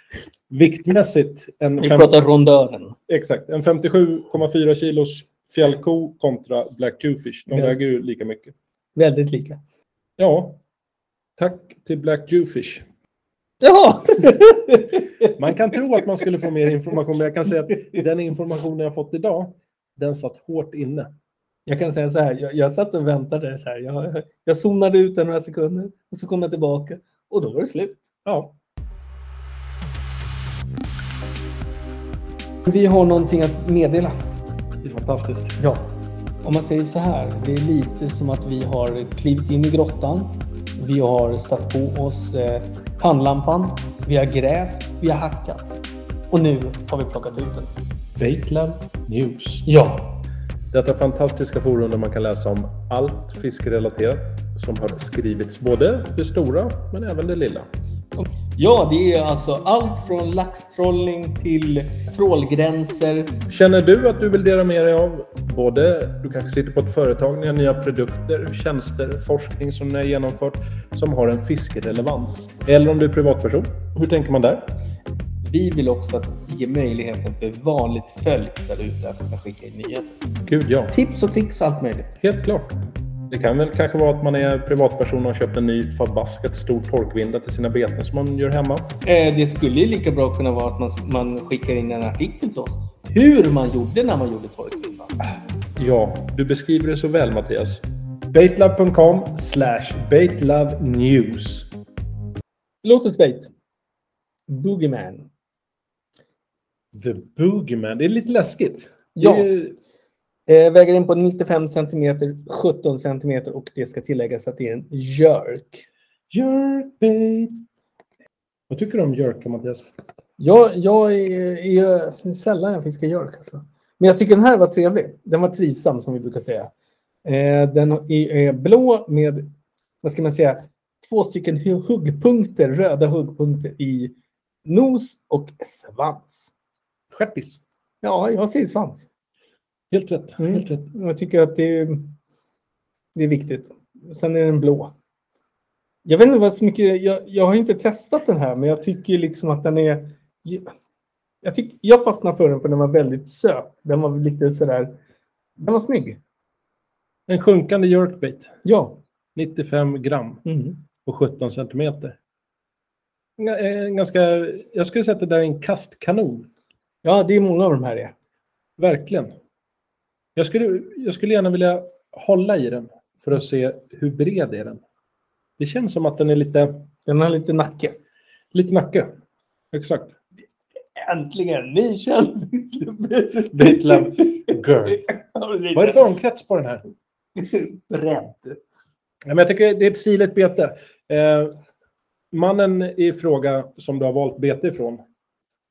Speaker 3: viktmässigt, en,
Speaker 5: Vi
Speaker 3: fem,
Speaker 5: pratar rondören.
Speaker 3: exakt, en 57,4 kilos fjällko kontra black twofish. De
Speaker 5: Ja.
Speaker 3: väger ju lika mycket.
Speaker 5: Väldigt lika.
Speaker 3: Ja, tack till black twofish.
Speaker 2: Jaha!
Speaker 3: Man kan tro att man skulle få mer information, men jag kan säga att den informationen jag fått idag, den satt hårt inne.
Speaker 2: Jag kan säga så här, jag, jag satt och väntade. Så här, jag, jag zonade ut en några sekunder och så kom jag tillbaka och då var det slut.
Speaker 3: Ja,
Speaker 2: Vi har någonting att meddela.
Speaker 3: det är fantastiskt.
Speaker 2: Ja. Om man säger så här, det är lite som att vi har klivit in i grottan. Vi har satt på oss eh, pannlampan. Vi har grävt, vi har hackat. Och nu har vi plockat ut den.
Speaker 3: Baitland News.
Speaker 2: Ja,
Speaker 3: Detta fantastiska forum där man kan läsa om allt fiskerelaterat som har skrivits, både det stora men även det lilla.
Speaker 2: Ja, det är alltså allt från laxtrollning till trålgränser.
Speaker 3: Känner du att du vill dela med dig av både, du kanske sitter på ett företag, ni har nya produkter, tjänster, forskning som ni har genomfört som har en fiskerelevans? Eller om du är privatperson, hur tänker man där?
Speaker 2: Vi vill också att ge möjligheten för vanligt folk där ute att kunna skicka in nyheter.
Speaker 3: Gud ja,
Speaker 2: Tips och tricks och allt möjligt.
Speaker 3: helt klart. Det kan väl kanske vara att man är privatperson och har köpt en ny fadbasket stor torkvinda till sina beten som man gör hemma.
Speaker 2: Eh, det skulle ju lika bra kunna vara att man, man skickar in en artikel till oss. Hur man gjorde när man gjorde torkbindan.
Speaker 3: Ja, du beskriver det så väl Mattias. Baitlove.com slash baitlovenews.
Speaker 2: Lotus bait. Boogeyman.
Speaker 3: The Boogeyman. Det är lite läskigt.
Speaker 2: Ja.
Speaker 3: Det är,
Speaker 2: Eh, väger in på 95 centimeter, 17 centimeter och det ska tilläggas att det är en jerk.
Speaker 3: Jerkbait. Vad tycker du om jerka, Mattias?
Speaker 2: Jag, jag är, är sällan jag fiskar gök. Alltså. Men jag tycker den här var trevlig. Den var trivsam som vi brukar säga. Eh, den är, är blå med, vad ska man säga, två stycken hu- huggpunkter, röda huggpunkter i nos och svans.
Speaker 3: Stjärtis.
Speaker 2: Ja, jag säger svans.
Speaker 3: Helt rätt.
Speaker 2: Mm.
Speaker 3: Helt rätt.
Speaker 2: Jag tycker att det är, det är viktigt. Sen är den blå. Jag vet inte vad så mycket, jag, jag har inte testat den här, men jag tycker liksom att den är... Jag, tyck, jag fastnade för den för den var väldigt söt. Den var lite sådär... Den var snygg.
Speaker 3: En sjunkande jerkbait.
Speaker 2: Ja.
Speaker 3: 95 gram
Speaker 2: Mm.
Speaker 3: och 17 centimeter. Nga- eh, Ganska, jag skulle säga att det där är en kastkanon.
Speaker 2: Ja, det är många av de här är.
Speaker 3: Verkligen. Jag skulle, jag skulle gärna vilja hålla i den för att se hur bred är den. Det känns som att den är lite,
Speaker 2: Den har lite nacke.
Speaker 3: lite nacke. Exakt.
Speaker 2: Äntligen! Ny tjänst!
Speaker 3: Bitlove girl. Vad är det för omkrets på den här?
Speaker 2: Bredd.
Speaker 3: Ja, men jag tycker det är ett stiligt bete. Eh, mannen i fråga som du har valt bete ifrån,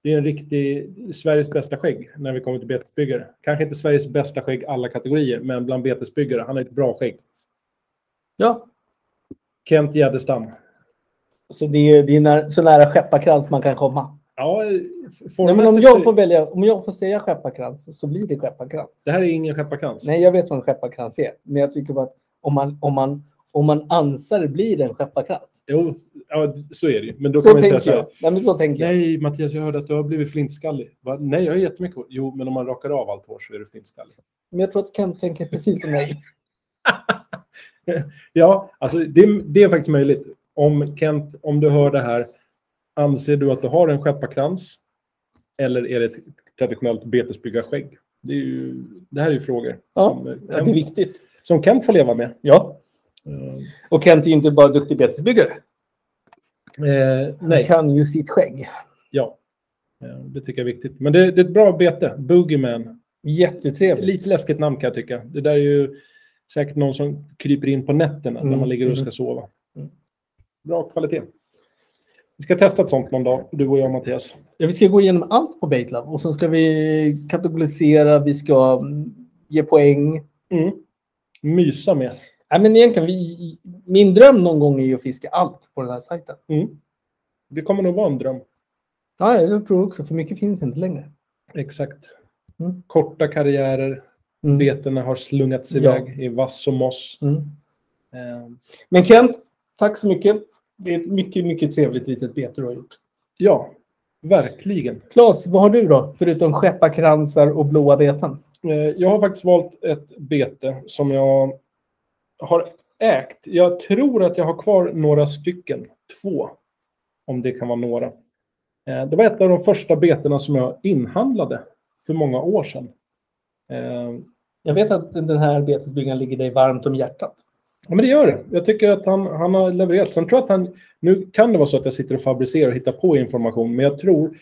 Speaker 3: det är en riktig Sveriges bästa skägg när vi kommer till betesbyggare. Kanske inte Sveriges bästa skägg alla kategorier, men bland betesbyggare. Han har ett bra skägg.
Speaker 2: Ja.
Speaker 3: Kent Gärdestam.
Speaker 2: Så det är, det är när, så nära skepparkrans man kan komma.
Speaker 3: Ja, eh,
Speaker 2: Nej, men om,
Speaker 3: formmässigt
Speaker 2: jag
Speaker 3: så-
Speaker 2: får välja, om jag får säga skepparkrans så blir det skepparkrans.
Speaker 3: Det här är ingen skepparkrans.
Speaker 2: Nej, jag vet vad en skepparkrans är. Men jag tycker bara att om man, om man, om man ansar blir det en skepparkrans.
Speaker 3: Jo, ja, så är det ju. Men då
Speaker 2: Så
Speaker 3: kommer jag säga
Speaker 2: tänker
Speaker 3: så här.
Speaker 2: jag. Nej, men så tänker jag.
Speaker 3: Nej, Mattias, jag hörde att du har blivit flintskallig. Va? Nej, jag har jättemycket hår. Jo, men om man rakar av allt hår så är du flintskallig.
Speaker 2: Men jag tror att Kent tänker precis som mig.
Speaker 3: Ja, alltså det, det är faktiskt möjligt. Om Kent, om du hör det här, anser du att du har en skepparkrans? Eller är det ett traditionellt betesbyggarskägg? Det, är ju, det här är ju frågor
Speaker 2: Ja,
Speaker 3: som, eh,
Speaker 2: Ja, det är
Speaker 3: Kent,
Speaker 2: viktigt.
Speaker 3: som Kent får leva med.
Speaker 2: Ja. Och Kent är ju inte bara duktig betesbyggare.
Speaker 3: Eh,
Speaker 2: Han
Speaker 3: nej,
Speaker 2: kan ju sitt skägg.
Speaker 3: ja. Eh, Det tycker jag är viktigt. Men det, det är ett bra bete. Boogeyman.
Speaker 2: Jättetrevligt.
Speaker 3: Lite läskigt namn kan jag tycka. Det där är ju säkert någon som kryper in på nätterna när man
Speaker 2: Mm,
Speaker 3: ligger och ska sova. Bra kvalitet. Vi ska testa ett sånt någon dag, du och jag Mattias.
Speaker 2: Ja, vi ska gå igenom allt på Baitlab och sen ska vi kategorisera, vi ska mm, ge poäng.
Speaker 3: Mm. Mysa med.
Speaker 2: Nej, men egentligen, vi, min dröm någon gång är ju att fiska allt på den här sajten.
Speaker 3: Mm. Det kommer nog vara en dröm.
Speaker 2: Ja, jag tror också, för mycket finns inte längre.
Speaker 3: Exakt.
Speaker 2: Mm.
Speaker 3: Korta karriärer,
Speaker 2: Mm.
Speaker 3: betena har slungats iväg i vass och moss.
Speaker 2: Mm.
Speaker 3: Eh,
Speaker 2: Men Kent, tack så mycket. Det är ett mycket, mycket trevligt litet bete du har gjort.
Speaker 3: Ja, verkligen.
Speaker 2: Claes, vad har du då? Förutom skepparkransar och blåa beten.
Speaker 3: Eh, Jag har faktiskt valt ett bete som jag har ägt. Jag tror att jag har kvar några stycken, två. om det kan vara några. Eh, det var ett av de första betorna som jag inhandlade för många år sedan. Eh,
Speaker 2: Jag vet att den här betesbyggaren ligger dig varmt om hjärtat.
Speaker 3: Ja, men det gör det. Jag tycker att han, han har levererat. Sen tror jag att han... Nu kan det vara så att jag sitter och fabricerar och hittar på information, men jag tror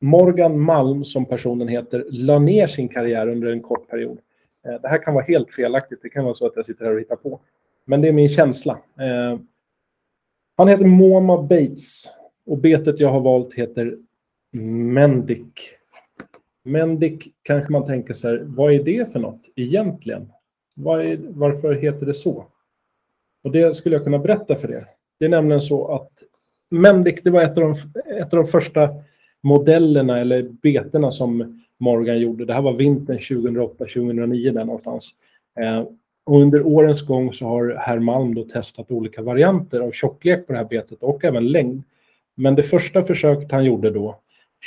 Speaker 3: Morgan Malm, som personen heter, la ner sin karriär under en kort period. Eh, Det här kan vara helt felaktigt. Det kan vara så att jag sitter här och hittar på. Men det är min känsla. Eh, Han heter Moma Bates och betet jag har valt heter Mendic. Mendic kanske man tänker så här, vad är det för något egentligen? Vad är, varför heter det så? Och det skulle jag kunna berätta för er. Det är nämligen så att Mendic, det var ett av de, ett av de första modellerna eller betena som Morgan gjorde. Det här var vintern 2008-2009 där någonstans. Eh, och under årens gång så har herr Malm då testat olika varianter av tjocklek på det här betet och även längd. Men det första försöket han gjorde då,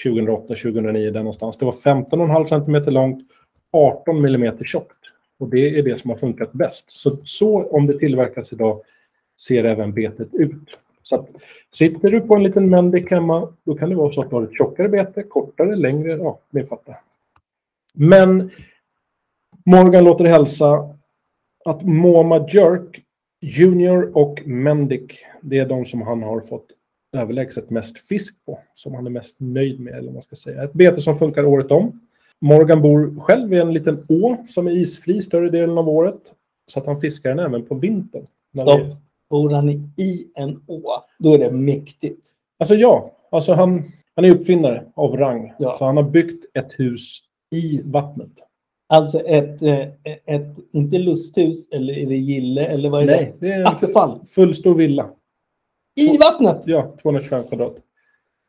Speaker 3: 2008-2009 där någonstans, det var 15,5 cm långt, 18 mm tjockt. Och det är det som har funkat bäst. Så, så om det tillverkas idag ser även betet ut. Så att, sitter du på en liten Mendic hemma, då kan det vara så att du har ett tjockare bete, kortare, längre, ja, ni fattar. Men Morgan låter hälsa att Moma Jerk Junior och Mendic, det är de som han har fått överlägset mest fisk på, som han är mest nöjd med, eller vad man ska säga. Ett bete som funkar året om. Morgan bor själv i en liten å som är isfri större delen av året, så att han fiskar den även på vintern. När det-
Speaker 2: Stopp. Bor han i en å, då är det mäktigt.
Speaker 3: Alltså ja, alltså han, han är uppfinnare av rang.
Speaker 2: Ja.
Speaker 3: Så han har byggt ett hus i vattnet.
Speaker 2: Alltså ett, eh, ett inte lusthus eller är det gille eller vad är
Speaker 3: Nej, det är
Speaker 2: det? Attefall.
Speaker 3: en fullstor villa.
Speaker 2: I vattnet!
Speaker 3: Ja, 225 kvadrat.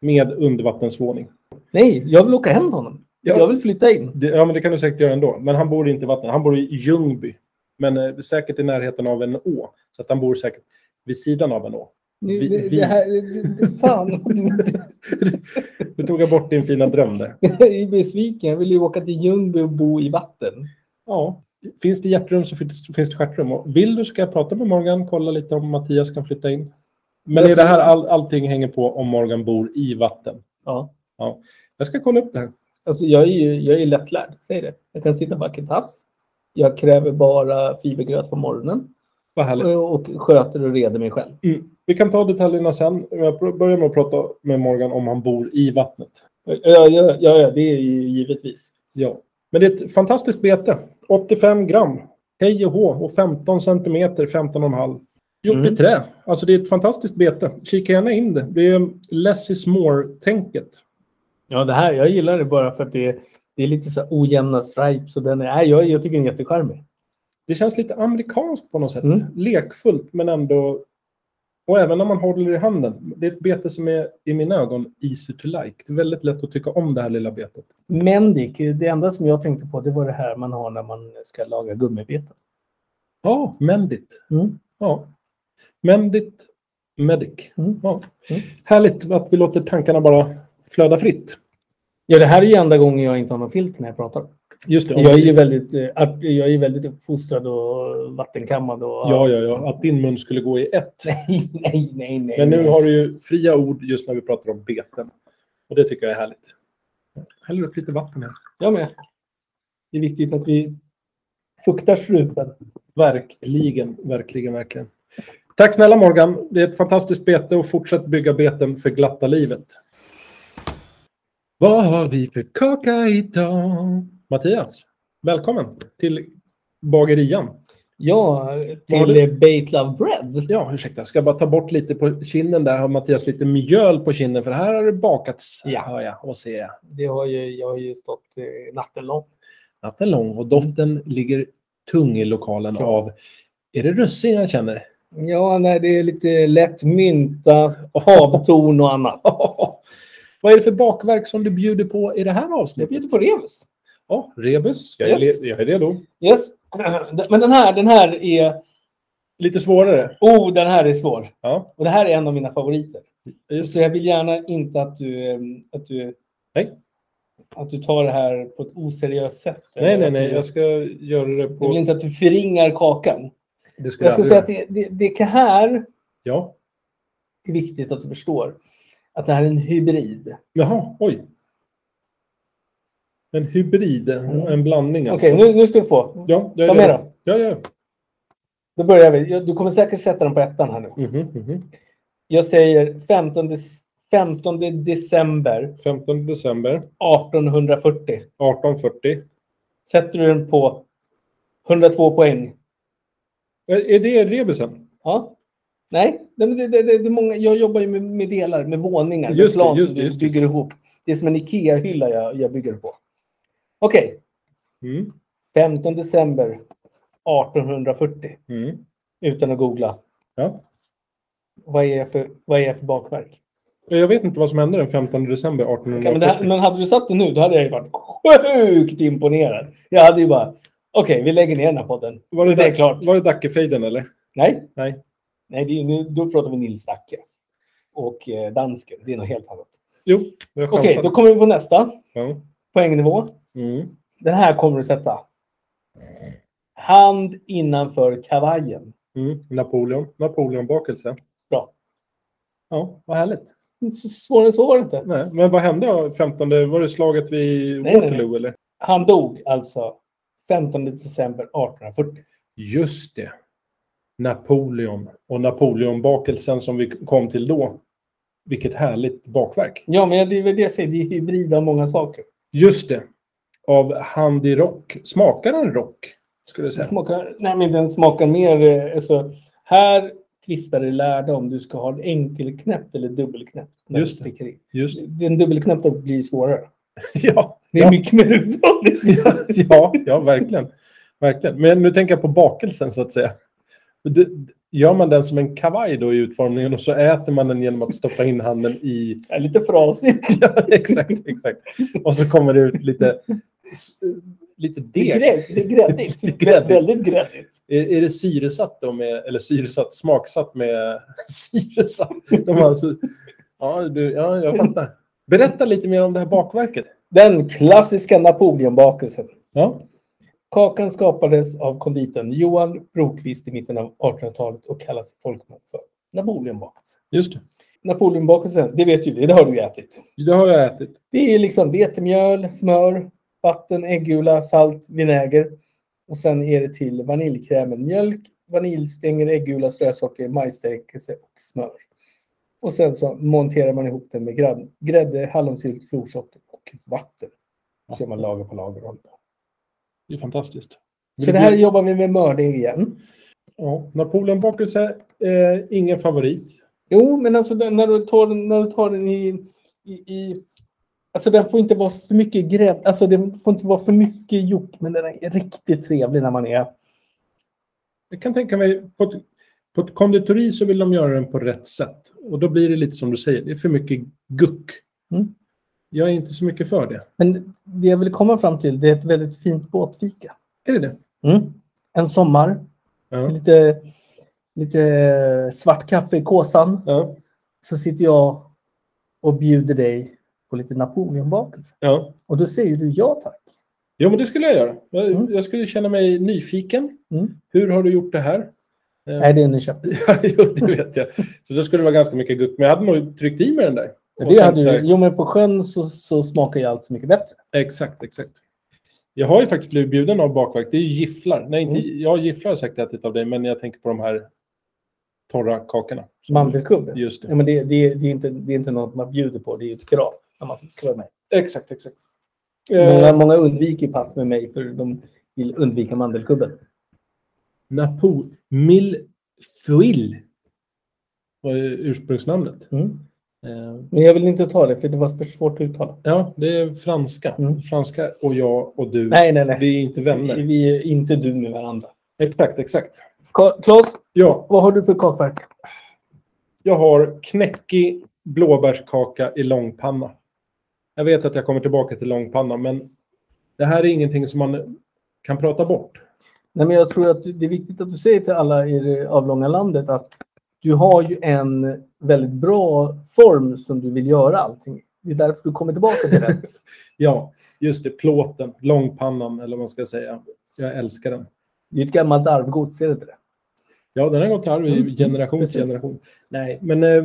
Speaker 3: Med undervattensvåning.
Speaker 2: Nej, jag vill åka hem till honom.
Speaker 3: Ja.
Speaker 2: Jag vill flytta in.
Speaker 3: Det, ja, men det kan du säkert göra ändå. Men han bor inte i vattnet. Han bor i Ljungby. Men eh, säkert i närheten av en å. Så att han bor säkert vid sidan av en å.
Speaker 2: Ni-
Speaker 3: Vi-
Speaker 2: det-
Speaker 3: vi-
Speaker 2: Det här, det- det- fan,
Speaker 3: Nu tog jag bort din fina dröm där.
Speaker 2: jag är besviken. Jag vill ju åka till Ljungby och bo i vatten.
Speaker 3: Ja, finns det hjärtrum så finns finns det stjärtrum. Och vill du ska jag prata med Morgan, kolla lite om Mattias kan flytta in. Men är det här all, allting hänger på om Morgan bor i vatten?
Speaker 2: Ja.
Speaker 3: ja. Jag ska kolla upp det här.
Speaker 2: Alltså jag är ju jag är lättlärd, säg det. Jag kan sitta back i tass. Jag kräver bara fibergröt på morgonen
Speaker 3: Vad härligt.
Speaker 2: och och sköter och reder mig själv.
Speaker 3: Mm. Vi kan ta detaljerna sen. Men Jag pr- börjar med att prata med Morgan om han bor i vattnet.
Speaker 2: Ja, ja, ja, ja det är ju givetvis.
Speaker 3: Ja. Men det är ett fantastiskt bete. 85 gram. Hej och hå. Och 15 centimeter, 15,5. Gjort i trä. Alltså det är ett fantastiskt bete. Kika gärna in det. Det är less is more-tänket.
Speaker 2: Ja, det här, jag gillar det bara för att det, det är lite så här ojämna stripes. Och den är, nej, jag, jag tycker den är jättecharmig.
Speaker 3: Det känns lite amerikanskt på något sätt.
Speaker 2: Mm.
Speaker 3: Lekfullt, men ändå... Och även när man håller det i handen. Det är ett bete som är, i mina ögon, easy to like. Det är väldigt lätt att tycka om det här lilla betet.
Speaker 2: Mendic, det enda som jag tänkte på det var det här man har när man ska laga gummibeten.
Speaker 3: Ja, Mendit.
Speaker 2: Mm.
Speaker 3: Ja. Mendit, Medic.
Speaker 2: Mm.
Speaker 3: Ja.
Speaker 2: Mm.
Speaker 3: Härligt att vi låter tankarna bara flöda fritt.
Speaker 2: Ja, det här är ju enda gången jag inte har någon filt när jag pratar.
Speaker 3: Just det. om-
Speaker 2: Jag är ju väldigt, eh, art- jag är ju väldigt uppfostrad och vattenkammad. Och,
Speaker 3: Ja, ja, ja. Att din mun skulle gå i ett.
Speaker 2: Nej, nej, nej, nej.
Speaker 3: Men nu har du ju fria ord just när vi pratar om beten. Och det tycker jag är härligt. Häller upp lite vatten här.
Speaker 2: Jag med. Det är viktigt att vi fuktar strupen.
Speaker 3: Verkligen, verkligen, verkligen. Tack snälla Morgan. Det är ett fantastiskt bete och fortsätt bygga beten för glatta livet. Vad har vi för kaka idag? Mattias, välkommen till bagerian.
Speaker 2: Ja,
Speaker 3: har
Speaker 2: till
Speaker 3: du?
Speaker 2: eh, Bait Love Bread.
Speaker 3: Ja, ursäkta. Jag ska bara ta bort lite på kinden där. Har Mattias lite mjöl på kinden för här har det bakats.
Speaker 2: Ja.
Speaker 3: hör jag och ser jag.
Speaker 2: Det har ju, jag har ju stått eh, natten lång.
Speaker 3: Natten lång och doften ligger tung i lokalen av... Är det russin jag känner?
Speaker 2: Ja, nej, det är lite lätt mynta, havtorn och annat.
Speaker 3: Vad är det för bakverk som du bjuder på i det här
Speaker 2: Jag
Speaker 3: avsnittet?
Speaker 2: bjuder på Remus.
Speaker 3: Ja, rebus. Mm. Jag är,
Speaker 2: Yes.
Speaker 3: le- jag är redo.
Speaker 2: Yes. Men den här, den här är...
Speaker 3: Lite svårare.
Speaker 2: Oh, den här är svår.
Speaker 3: Ja,
Speaker 2: Och det här är en av mina favoriter.
Speaker 3: just
Speaker 2: Så jag vill gärna inte att du, ehm, att du,
Speaker 3: Nej.
Speaker 2: Att du tar det här på ett oseriöst sätt.
Speaker 3: Nej,
Speaker 2: Eller
Speaker 3: nej,
Speaker 2: att
Speaker 3: nej.
Speaker 2: Du,
Speaker 3: Jag ska göra det
Speaker 2: jag vill
Speaker 3: på...
Speaker 2: inte att du förringar kakan.
Speaker 3: Det ska
Speaker 2: Jag ska
Speaker 3: aldrig
Speaker 2: säga
Speaker 3: göra.
Speaker 2: att det, det, det här
Speaker 3: Ja,
Speaker 2: är viktigt att du förstår. att det här är en hybrid.
Speaker 3: Jaha, oj. En hybrid, en blandning alltså.
Speaker 2: Okej, nu, nu ska du få.
Speaker 3: Ja, jag är
Speaker 2: Vad mer
Speaker 3: redo. Ja, ja.
Speaker 2: Då börjar vi. Du kommer säkert sätta den på ettan här nu.
Speaker 3: Mhm, mhm.
Speaker 2: Jag säger 15, 15 december
Speaker 3: 15 december
Speaker 2: 1840.
Speaker 3: 1840.
Speaker 2: Sätter du den på 102 poäng?
Speaker 3: Är, är det rebusen?
Speaker 2: Ja. Nej, det, det, det, det är många, jag jobbar ju med, med delar, med våningar, med
Speaker 3: Just det,
Speaker 2: plan
Speaker 3: just
Speaker 2: som
Speaker 3: det,
Speaker 2: du
Speaker 3: just det.
Speaker 2: bygger ihop. Det är som en IKEA-hylla jag, jag bygger på. Okej,
Speaker 3: Mm.
Speaker 2: 15 december 1840,
Speaker 3: Mm.
Speaker 2: utan att googla.
Speaker 3: Ja.
Speaker 2: Vad är jag för, vad är jag för bakverk?
Speaker 3: Jag vet inte vad som hände den 15 december
Speaker 2: Ja,
Speaker 3: 1840.
Speaker 2: men, det här, men hade du satt det nu, då hade jag ju varit sjukt imponerad. Jag hade ju bara, okej, vi lägger ner den här podden.
Speaker 3: var, det
Speaker 2: det är
Speaker 3: Dac-
Speaker 2: klart.
Speaker 3: var det Dackefejden eller?
Speaker 2: Nej,
Speaker 3: Nej.
Speaker 2: nej det är, ju- nu, då pratar vi Nils Dacke och eh, dansken. Det är något helt annat.
Speaker 3: Jo, jag chansar.
Speaker 2: Okej, då kommer vi på nästa
Speaker 3: ja.
Speaker 2: poängnivå.
Speaker 3: mm.
Speaker 2: Den här kommer du sätta. Hand innanför kavajen.
Speaker 3: Mm. Napoleon. Napoleonbakelse.
Speaker 2: Bra.
Speaker 3: Ja, vad härligt.
Speaker 2: Så svårare än så var det inte.
Speaker 3: Nej, men vad hände 15? Var det slaget
Speaker 2: Nej,
Speaker 3: vid
Speaker 2: nej,
Speaker 3: Waterloo eller?
Speaker 2: Han dog alltså 15 december 1840.
Speaker 3: Just det. Napoleon och Napoleonbakelsen som vi kom till då. Vilket härligt bakverk.
Speaker 2: Ja, men det är väl det jag säger. Det är hybrid av många saker.
Speaker 3: Just det. Av Handy Rock. Smakar den rock? Skulle jag
Speaker 2: Den
Speaker 3: säga.
Speaker 2: smakar, nej, men den smakar mer... eh, Alltså, här tvistar det lärda om du ska ha en enkelknäppt eller dubbelknäppt. när
Speaker 3: Just
Speaker 2: du
Speaker 3: det.
Speaker 2: sticker i.
Speaker 3: Just
Speaker 2: Den dubbelknäppta blir svårare.
Speaker 3: Ja,
Speaker 2: Det är
Speaker 3: ja,
Speaker 2: mycket mer utmanande.
Speaker 3: ja, ja, verkligen. Verkligen. Men nu tänker jag på bakelsen så att säga. Det, gör man den som en kavaj då i utformningen och så äter man den genom att stoppa in handen i...
Speaker 2: Det är lite frasigt.
Speaker 3: Ja, exakt, exakt. Och så kommer det ut lite, s- lite
Speaker 2: Det är,
Speaker 3: deg.
Speaker 2: grädd, det är gräddigt.
Speaker 3: Det är gräddigt.
Speaker 2: Väldigt gräddigt.
Speaker 3: Är, är det syresatt då med, eller syresatt, smaksatt med syresatt? De har alltså, ja, du, ja, jag fattar. Berätta lite mer om det här bakverket.
Speaker 2: Den klassiska Napoleonbakelsen.
Speaker 3: Ja,
Speaker 2: Kakan skapades av konditorn Johan Brokvist i mitten av 1800-talet och kallas i folkmun för Napoleonbakelsen.
Speaker 3: just det.
Speaker 2: Napoleonbakelsen, det vet ju du, det har du ätit.
Speaker 3: Det har jag ätit.
Speaker 2: Det är liksom vetemjöl, smör, vatten, äggula, salt, vinäger. Och sen är det till vaniljkrämen, mjölk, vaniljstänger, äggula, strösocker, majsstärkelse och smör. Och sen så monterar man ihop den med grädd- grädde, hallonsylt, florsocker och vatten. Och så gör man lager på lager. och håller på.
Speaker 3: Det är fantastiskt.
Speaker 2: Så det här jobbar vi med mörding igen.
Speaker 3: Ja, Napoleonbakelse, eh, ingen favorit.
Speaker 2: Jo, men alltså den, när, du tar den, när du tar den i, i, i... Alltså den får inte vara för mycket grädd. Alltså den får inte vara för mycket gjort. Men den är riktigt trevlig när man är...
Speaker 3: Jag kan tänka mig, på ett, på ett konditori så vill de göra den på rätt sätt. Och då blir det lite som du säger, det är för mycket guck.
Speaker 2: Mm.
Speaker 3: Jag är inte så mycket för det.
Speaker 2: Men det jag vill komma fram till, det är ett väldigt fint båtfika. Mm.
Speaker 3: Är det det?
Speaker 2: En sommar,
Speaker 3: Ja.
Speaker 2: lite, lite svart kaffe i kåsan.
Speaker 3: Ja.
Speaker 2: Så sitter jag och bjuder dig på lite Napoleonbakelse.
Speaker 3: ja.
Speaker 2: Och då säger du ja tack.
Speaker 3: Jo, men det skulle jag göra. Jag,
Speaker 2: Mm.
Speaker 3: jag skulle känna mig nyfiken.
Speaker 2: Mm.
Speaker 3: Hur har du gjort det här?
Speaker 2: Nej, det är nyköpt.
Speaker 3: Ja, jo, det vet jag. Så då skulle det vara ganska mycket guck. Men jag hade nog tryckt i mig den där.
Speaker 2: Ja,
Speaker 3: Och
Speaker 2: Det
Speaker 3: tänkt
Speaker 2: hade
Speaker 3: så
Speaker 2: du,
Speaker 3: här,
Speaker 2: jo, men på sjön så, så smakar ju allt så mycket bättre.
Speaker 3: Exakt, exakt. Jag har ju faktiskt blivit bjuden av bakverk. Det är ju gifflar. Nej, inte,
Speaker 2: Mm.
Speaker 3: jag gifflar har säkert ätit av dig, men jag tänker på de här torra kakorna. Som-
Speaker 2: Mandelkubbe.
Speaker 3: Just
Speaker 2: Ja,
Speaker 3: det.
Speaker 2: men det, det, det, är inte, det är inte något man bjuder på, det är ju ett krav. När man ska vara med.
Speaker 3: Exakt, exakt.
Speaker 2: Många,
Speaker 3: Eh,
Speaker 2: många undviker pass med mig för de vill undvika mandelkubben.
Speaker 3: Napo... Milfoil var ju ursprungsnamnet.
Speaker 2: Mm.
Speaker 3: Eh,
Speaker 2: Men jag vill inte ta det för det var för svårt att uttala.
Speaker 3: ja, det är franska.
Speaker 2: Mm.
Speaker 3: Franska och jag och du.
Speaker 2: Nej, nej, nej.
Speaker 3: Vi är inte
Speaker 2: Vi,
Speaker 3: vänner.
Speaker 2: vi är inte du med varandra.
Speaker 3: Exakt, exakt.
Speaker 2: Ka- Claes,
Speaker 3: Ja,
Speaker 2: vad har du för kakverk?
Speaker 3: jag har knäckig blåbärskaka i långpanna. Jag vet att jag kommer tillbaka till långpanna, men det här är ingenting som man kan prata bort.
Speaker 2: Nej, men jag tror att det är viktigt att du säger till alla i det avlånga landet att du har ju en väldigt bra form som du vill göra allting i. Det är därför du kommer tillbaka till den.
Speaker 3: Ja, just det. Plåten, långpannan eller vad man ska säga. Jag älskar den.
Speaker 2: Det är ett gammalt arvgods, är det inte det?
Speaker 3: Ja, den har gått i arv i
Speaker 2: Mm,
Speaker 3: generation till
Speaker 2: precis.
Speaker 3: generation. Nej, men eh,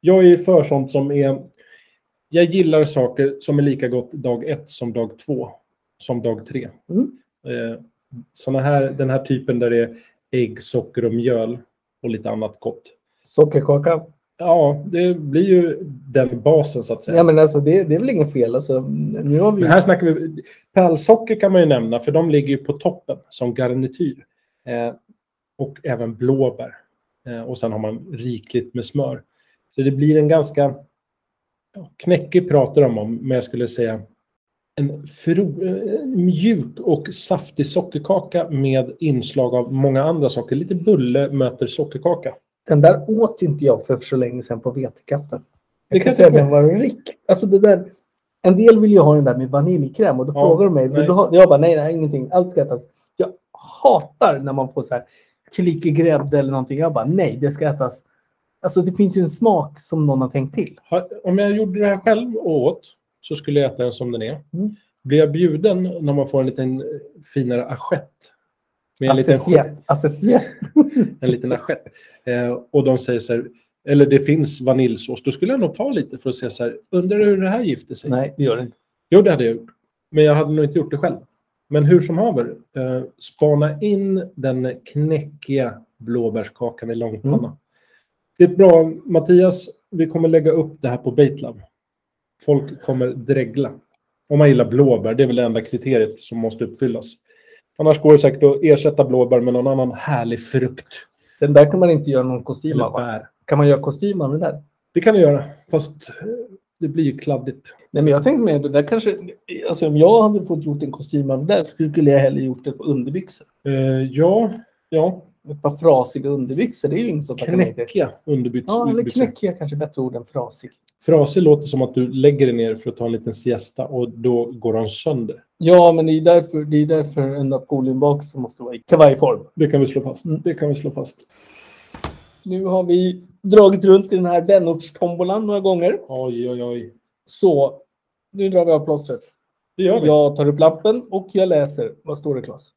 Speaker 3: jag är för sånt som är... Jag gillar saker som är lika gott dag ett som dag två, som dag tre.
Speaker 2: Mm.
Speaker 3: Eh, såna här, den här typen där det är ägg, socker och mjöl och lite annat gott.
Speaker 2: Sockerkaka.
Speaker 3: Ja, det blir ju den basen så att säga.
Speaker 2: Ja, men alltså, det, det är väl inget fel. Alltså, nu har vi
Speaker 3: Men här snackar vi... Pärlsocker kan man ju nämna, för de ligger ju på toppen som garnityr. Eh, och även blåbär. Eh, och sen har man rikligt med smör. Så det blir en ganska... Ja, knäckig pratar de om, men jag skulle säga en fro, eh, mjuk och saftig sockerkaka med inslag av många andra saker. Lite bulle möter sockerkaka.
Speaker 2: Den där åt inte jag för så länge sedan på vetekatten.
Speaker 3: Det
Speaker 2: Jag kan
Speaker 3: kan
Speaker 2: säga
Speaker 3: jag
Speaker 2: att den var rik. Alltså det där, en del vill ju ha den där med vaniljkräm och då
Speaker 3: Ja,
Speaker 2: frågar de mig. Vill
Speaker 3: nej.
Speaker 2: du ha? Jag bara nej, nej, ingenting. Allt ska ätas. Jag hatar när man får så här klick i grädde eller någonting. Jag bara nej, det ska ätas. Alltså det finns ju en smak som någon har tänkt till.
Speaker 3: Ha- Om jag gjorde det här själv och åt så skulle jag äta den som den är.
Speaker 2: Mm.
Speaker 3: Blir jag bjuden när man får en liten eh, finare assiett med en liten, sked,
Speaker 2: Associat. Associat.
Speaker 3: en liten assiett eh, och de säger så här, eller det finns vaniljsås, då skulle jag nog ta lite för att se så här, undrar hur det här gifter sig?
Speaker 2: Nej, det gör det inte.
Speaker 3: Jo, det hade jag gjort, men jag hade nog inte gjort det själv. Men hur som haver, eh, spana in den knäckiga blåbärskakan i långpanna.
Speaker 2: Mm.
Speaker 3: Det är bra, Mattias, vi kommer lägga upp det här på Baitlab. Folk kommer dregla. Om man gillar blåbär, det är väl det enda kriteriet som måste uppfyllas. Annars går det säkert att ersätta blåbär med någon annan härlig frukt.
Speaker 2: Den där kan man inte göra någon kostym
Speaker 3: Eller
Speaker 2: av. va?
Speaker 3: bär.
Speaker 2: Kan man göra kostym av den där?
Speaker 3: Det kan du göra, fast eh, det blir ju kladdigt.
Speaker 2: Nej, men jag tänkte mig det där kanske. Alltså om jag hade fått gjort en kostym av det där så skulle jag hellre gjort det på underbyxor.
Speaker 3: Eh, ja, ja.
Speaker 2: Ett par frasiga underbyxor, det är ju inget som tackar nej till.
Speaker 3: Knäckiga underbyxor.
Speaker 2: Ja, eller knäckiga kanske är bättre ord än frasig.
Speaker 3: Frasig låter som att du lägger dig ner för att ta en liten siesta och då går de sönder.
Speaker 2: Ja, men det är ju därför, det är ju därför en napoleonbakelse måste vara i kavajform.
Speaker 3: Det kan vi slå fast. Det kan vi slå fast.
Speaker 2: Nu har vi dragit runt i den här vänortstombolan några gånger.
Speaker 3: Oj, oj, oj.
Speaker 2: Så nu drar vi av plåstret.
Speaker 3: Det gör vi.
Speaker 2: Jag tar upp lappen och jag läser. Vad står det, Claes?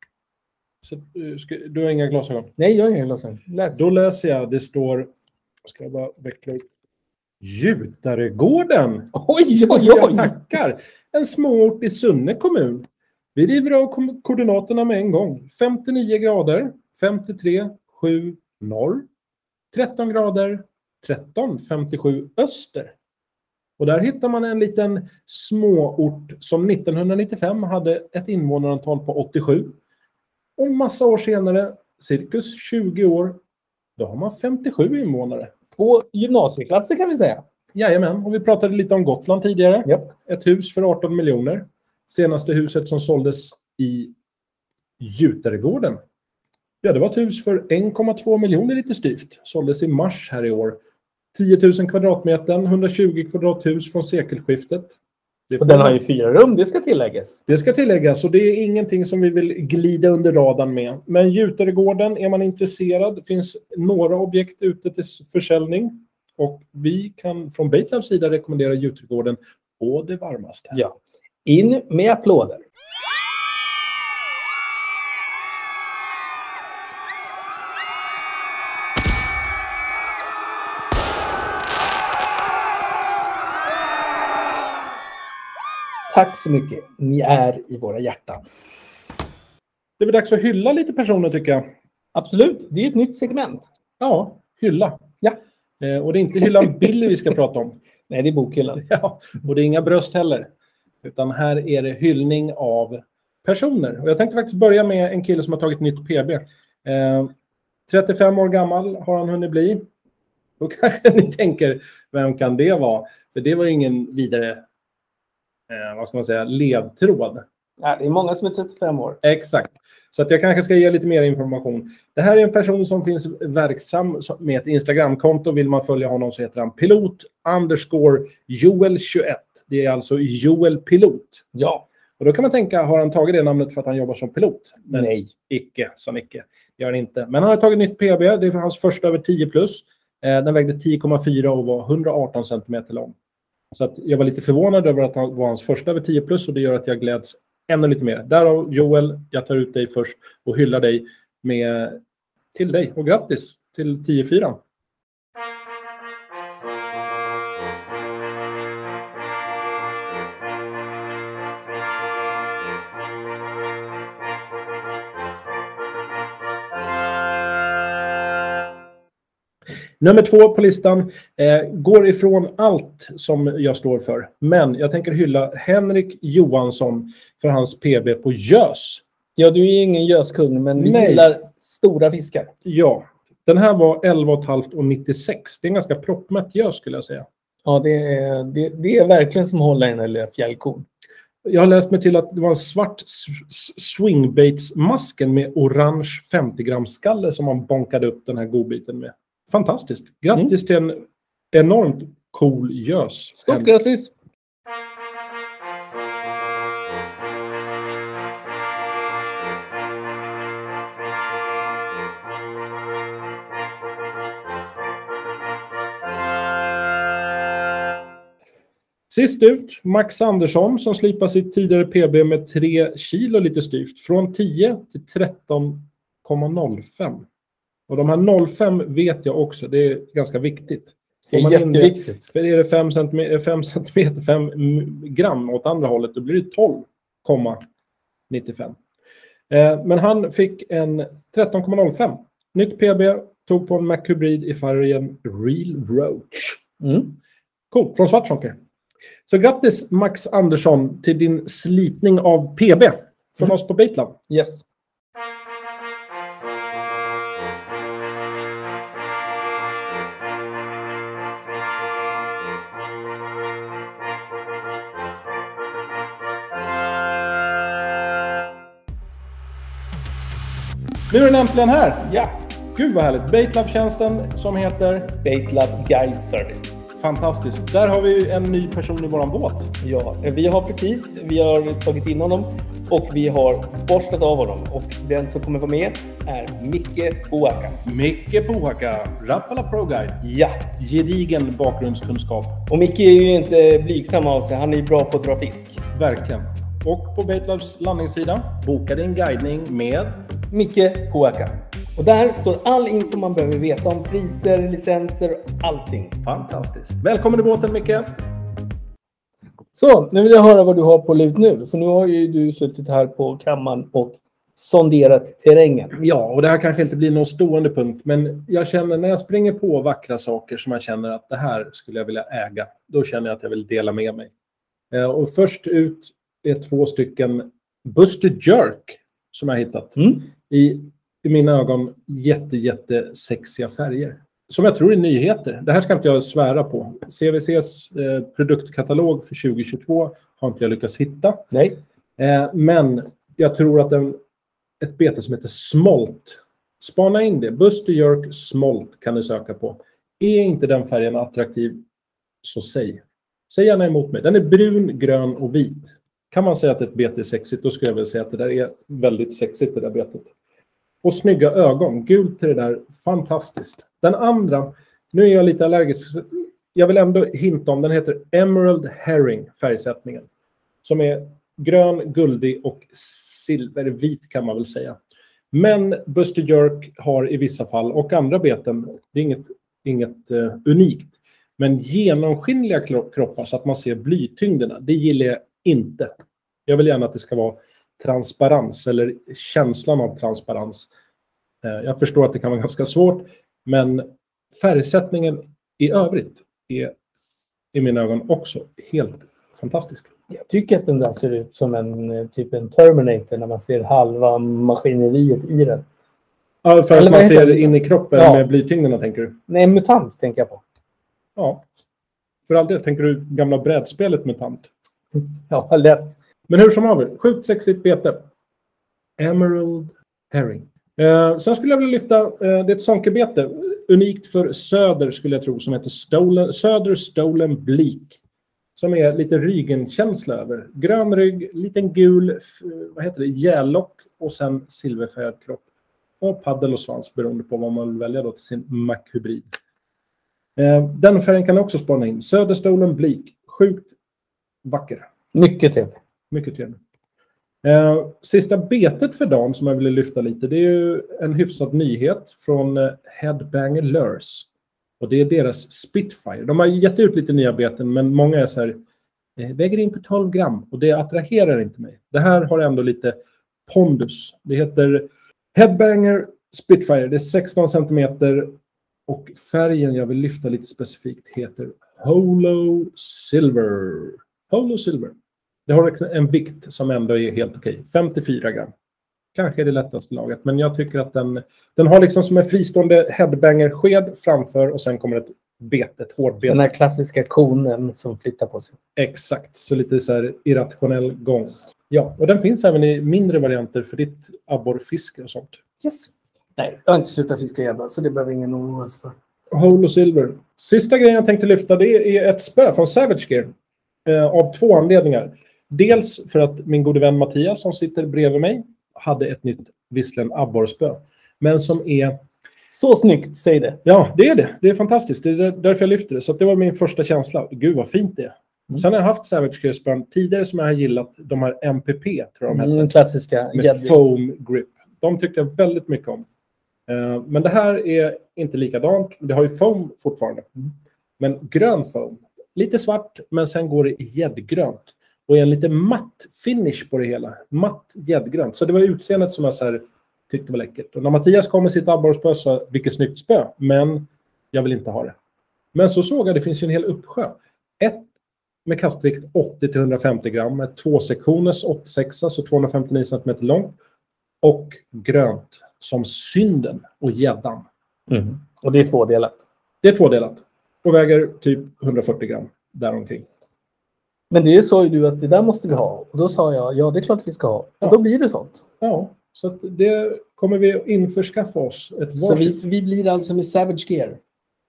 Speaker 3: Så, eh, ska, du har inga glasögon.
Speaker 2: Nej, jag har inga glasögon. Läs.
Speaker 3: Då läser jag. Det står... Ska jag bara veckla upp. Gjutaregården!
Speaker 2: Oj, oj,
Speaker 3: Jag
Speaker 2: oj!
Speaker 3: tackar! En småort i Sunne kommun. Vi river av kom- koordinaterna med en gång. 59 grader, 53, 7 norr. 13 grader, 13, 57 öster. Och där hittar man en liten småort som 1995 hade ett invånarantal på 87. Och en massa år senare, cirkus 20 år, då har man 57 invånare.
Speaker 2: Två gymnasieklasser kan vi säga.
Speaker 3: Jajamän, och vi pratade lite om Gotland tidigare.
Speaker 2: Japp.
Speaker 3: Ett hus för 18 miljoner. Senaste huset som såldes i Jutergården. Ja, det var ett hus för 1,2 miljoner lite styvt. Såldes i mars här i år. 10 000 kvadratmeter, 120 kvadrathus från sekelskiftet. Det,
Speaker 2: Och den har ju Typ fyra rum, det ska tilläggas.
Speaker 3: det ska tilläggas och det är ingenting som vi vill glida under radarn med. Men Jutergården, är man intresserad, det finns några objekt ute till försäljning. Och vi kan från Baitlabs sida rekommendera Jutergården på det varmaste.
Speaker 2: Ja. In med applåder. Tack så mycket. Ni är i våra hjärtan.
Speaker 3: Det är väl dags att hylla lite personer tycker jag.
Speaker 2: Absolut, det är ett nytt segment.
Speaker 3: Ja, hylla.
Speaker 2: Ja.
Speaker 3: Eh, och det är inte hyllan Billy vi ska prata om.
Speaker 2: Nej, det är bokhyllan.
Speaker 3: Ja, och det är inga bröst heller. Utan här är det hyllning av personer. Och jag tänkte faktiskt börja med en kille som har tagit nytt PB. Eh, 35 år gammal har han hunnit bli. Då kanske ni tänker, vem kan det vara? För det var ju ingen vidare, eh, vad ska man säga, ledtråd.
Speaker 2: Ja, det är många som är 35 år.
Speaker 3: Exakt. Så att jag kanske ska ge lite mer information. Det här är en person som finns verksam som- med ett Instagramkonto. Vill man följa honom så heter han pilot underscore Joel21. Det är alltså Joel Pilot.
Speaker 2: Ja.
Speaker 3: Och då kan man tänka, har han tagit det namnet för att han jobbar som pilot? Men
Speaker 2: Nej.
Speaker 3: icke, sa Nicke. Det gör han inte. Men han har tagit nytt PB. Det är för hans första över 10 plus. Eh, den vägde 10,4 och var 118 centimeter lång. Så att jag var lite förvånad över att han var hans första över 10 plus och det gör att jag gläds ännu lite mer. Därav Joel, jag tar ut dig först och hyllar dig med, till dig. Och grattis till 10-4. Nummer två på listan eh, går ifrån allt som jag står för. Men jag tänker hylla Henrik Johansson för hans PB på Gös.
Speaker 2: Ja, du är ingen göskung, men vi
Speaker 3: Nej.
Speaker 2: gillar stora fiskar.
Speaker 3: Ja, den här var 11,5 och 96. Det är en ganska proppmätt gös skulle jag säga.
Speaker 2: Ja, det är, det, det är verkligen som att hålla i den här lilla fjällkon.
Speaker 3: Jag har läst mig till att det var en svart s- s- swingbaits-masken med orange 50 gram skalle som man bonkade upp den här godbiten med. Fantastiskt. Grattis till en enormt cool gös.
Speaker 2: Stort
Speaker 3: Henrik.
Speaker 2: grattis!
Speaker 3: Sist ut, Max Andersson som slipar sitt tidigare PB med 3 kilo lite styvt. Från 10 till 13,05. Och de här 0,5 vet jag också, det är ganska viktigt.
Speaker 2: Det
Speaker 3: Får
Speaker 2: är
Speaker 3: man in
Speaker 2: jätteviktigt.
Speaker 3: För är det 5 centimeter, 5 centimeter, 5 gram åt andra hållet, då blir det 12,95. Eh, men han fick en 13,05. Nytt PB, tog på en Mac Hybrid i färgen Real Roach.
Speaker 2: Mm.
Speaker 3: Coolt, från Svartåker. Så grattis Max Andersson till din slipning av PB från oss på Batelab.
Speaker 2: Yes.
Speaker 3: Nu är den äntligen här!
Speaker 2: Ja,
Speaker 3: Gud vad härligt! Batelab-tjänsten som heter
Speaker 2: Baitlab Guide Service.
Speaker 3: Fantastisk. Där har vi en ny person i våran båt.
Speaker 2: Ja, vi har precis, vi har tagit in honom och vi har borstat av honom. Och den som kommer vara med är Micke Boakan.
Speaker 3: Micke Pohaka, Rappala Pro Guide.
Speaker 2: Ja,
Speaker 3: Gedigen bakgrundskunskap,
Speaker 2: och Micke är ju inte blygsam av sig. Han är ju bra på att dra fisk.
Speaker 3: verkligen. Och på Batelabs landningssida, boka din guidning med...
Speaker 2: Micke Boakan. Och där står all info man behöver veta om priser, licenser, allting.
Speaker 3: Fantastiskt. Välkommen i båten Micke!
Speaker 2: Så, nu vill jag höra vad du har på lut nu. För nu har ju du suttit här på kammaren och sonderat terrängen.
Speaker 3: Ja, och det här kanske inte blir någon stående punkt, men jag känner när jag springer på vackra saker som jag känner att det här skulle jag vilja äga, då känner jag att jag vill dela med mig. Eh, Och först ut är två stycken Buster Jerk som jag har hittat.
Speaker 2: Mm.
Speaker 3: I, I mina ögon jätte, jätte sexiga färger. Som jag tror är nyheter. Det här ska inte jag svära på. CVCs eh, produktkatalog för 2022 har inte jag lyckats hitta.
Speaker 2: Nej.
Speaker 3: Eh, men jag tror att en, ett bete som heter Smolt, spana in det. Buster Jerk Smolt kan du söka på. Är inte den färgen attraktiv, så säg. Säg gärna emot mig. Den är brun, grön och vit. Kan man säga att ett bete är sexigt, då skulle jag väl säga att det där är väldigt sexigt, det där betet. Och snygga ögon. Gult till det där, fantastiskt. Den andra, nu är jag lite allergisk, så jag vill ändå hinta om, den heter Emerald Herring, färgsättningen. Som är grön, guldig och silvervit kan man väl säga. Men Buster Jerk har i vissa fall, och andra beten, det är inget, inget eh, unikt, men genomskinliga kro- kroppar så att man ser blytyngderna. Det gillar jag inte. Jag vill gärna att det ska vara transparens eller känslan av transparens. Eh, Jag förstår att det kan vara ganska svårt, men färgsättningen i övrigt är i mina ögon också helt fantastisk.
Speaker 2: Jag tycker att den där ser ut som en eh, typ en Terminator när man ser halva maskineriet i den.
Speaker 3: Ja, för
Speaker 2: Eller vad
Speaker 3: att man
Speaker 2: heter
Speaker 3: ser
Speaker 2: det?
Speaker 3: in i kroppen
Speaker 2: Ja.
Speaker 3: med blytyngderna, tänker du?
Speaker 2: Nej, mutant tänker jag på.
Speaker 3: Ja. För all del, tänker du gamla brädspelet MUTANT?
Speaker 2: Ja, lätt.
Speaker 3: Men hur som haver, sjukt sexigt bete. Emerald Herring. Eh, sen skulle jag vilja lyfta, eh, det är ett sankebete, unikt för Söder skulle jag tro, som heter Stolen, Söder Stolen Bleak. Som är lite ryggenkänsla över. Grön rygg, liten gul, f- vad heter det, gällock och sen silverfärgad kropp. Och paddel och svans beroende på vad man vill välja då till sin Mac-hybrid. Eh, den färgen kan jag också spana in. Söder Stolen Bleak, sjukt vacker.
Speaker 2: Mycket trevligt.
Speaker 3: Mycket trevligt. Eh, sista betet för dagen som jag ville lyfta lite, det är ju en hyfsad nyhet från eh, Headbanger Lures. Och det är deras Spitfire. De har gett ut lite nya beten, men många är så här, eh, väger in på 12 gram och det attraherar inte mig. Det här har ändå lite pondus. Det heter Headbanger Spitfire. Det är 16 centimeter Och färgen jag vill lyfta lite specifikt heter Holo Silver. Holo Silver. Det har en vikt som ändå är helt okej, 54 gram. Kanske det lättaste laget, men jag tycker att den, den har liksom som en fristående headbanger-sked framför och sen kommer ett bet, ett hårt bet.
Speaker 2: Den här klassiska konen som flyttar på sig.
Speaker 3: Exakt, så lite så här irrationell gång. Ja, och den finns även i mindre varianter för ditt abborrfiske och sånt.
Speaker 2: Yes. Nej, jag har inte slutat fiska gädda, så det behöver ingen oroa sig för.
Speaker 3: Hole och silver. Sista grejen jag tänkte lyfta det är ett spö från Savage Gear. Eh, av två anledningar. Dels för att min gode vän Mattias som sitter bredvid mig hade ett nytt visslän abborrspö. Men som är...
Speaker 2: Så snyggt, säg det.
Speaker 3: Ja, det är det. Det är fantastiskt. Det är där- därför jag lyfter det. Så att det var min första känsla. Gud vad fint det är. Sen har jag haft Savage Gear spön tidigare som jag har gillat. De här MPP tror jag de hette.
Speaker 2: Mm, Den klassiska
Speaker 3: med
Speaker 2: gäddan.
Speaker 3: foam grip. De tyckte jag väldigt mycket om. Eh, Men det här är inte likadant. Det har ju foam fortfarande. Men grön foam. Lite svart, men sen går det i gäddgrönt. Och är en lite matt finish på det hela. Matt gäddgrönt. Så det var utseendet som jag så här tyckte var läckert. Och när Mattias kom med sitt abborrspö sa jag, vilket snyggt spö, men jag vill inte ha det. Men så såg jag, det finns ju en hel uppsjö. Ett med kastvikt 80-150 gram, ett tvåsektioners 86, så 259 cm lång. Och grönt som synden och gäddan.
Speaker 2: Mm. Och det är tvådelat.
Speaker 3: Det är tvådelat och väger typ 140 gram däromkring.
Speaker 2: Men det sa ju du att det där måste vi ha. Och då sa jag, ja det är klart vi ska ha.
Speaker 3: Ja.
Speaker 2: Och då blir det sånt.
Speaker 3: Ja, så att det kommer vi införskaffa oss ett
Speaker 5: Så
Speaker 3: varsitt.
Speaker 5: vi, vi blir alltså med Savage Gear.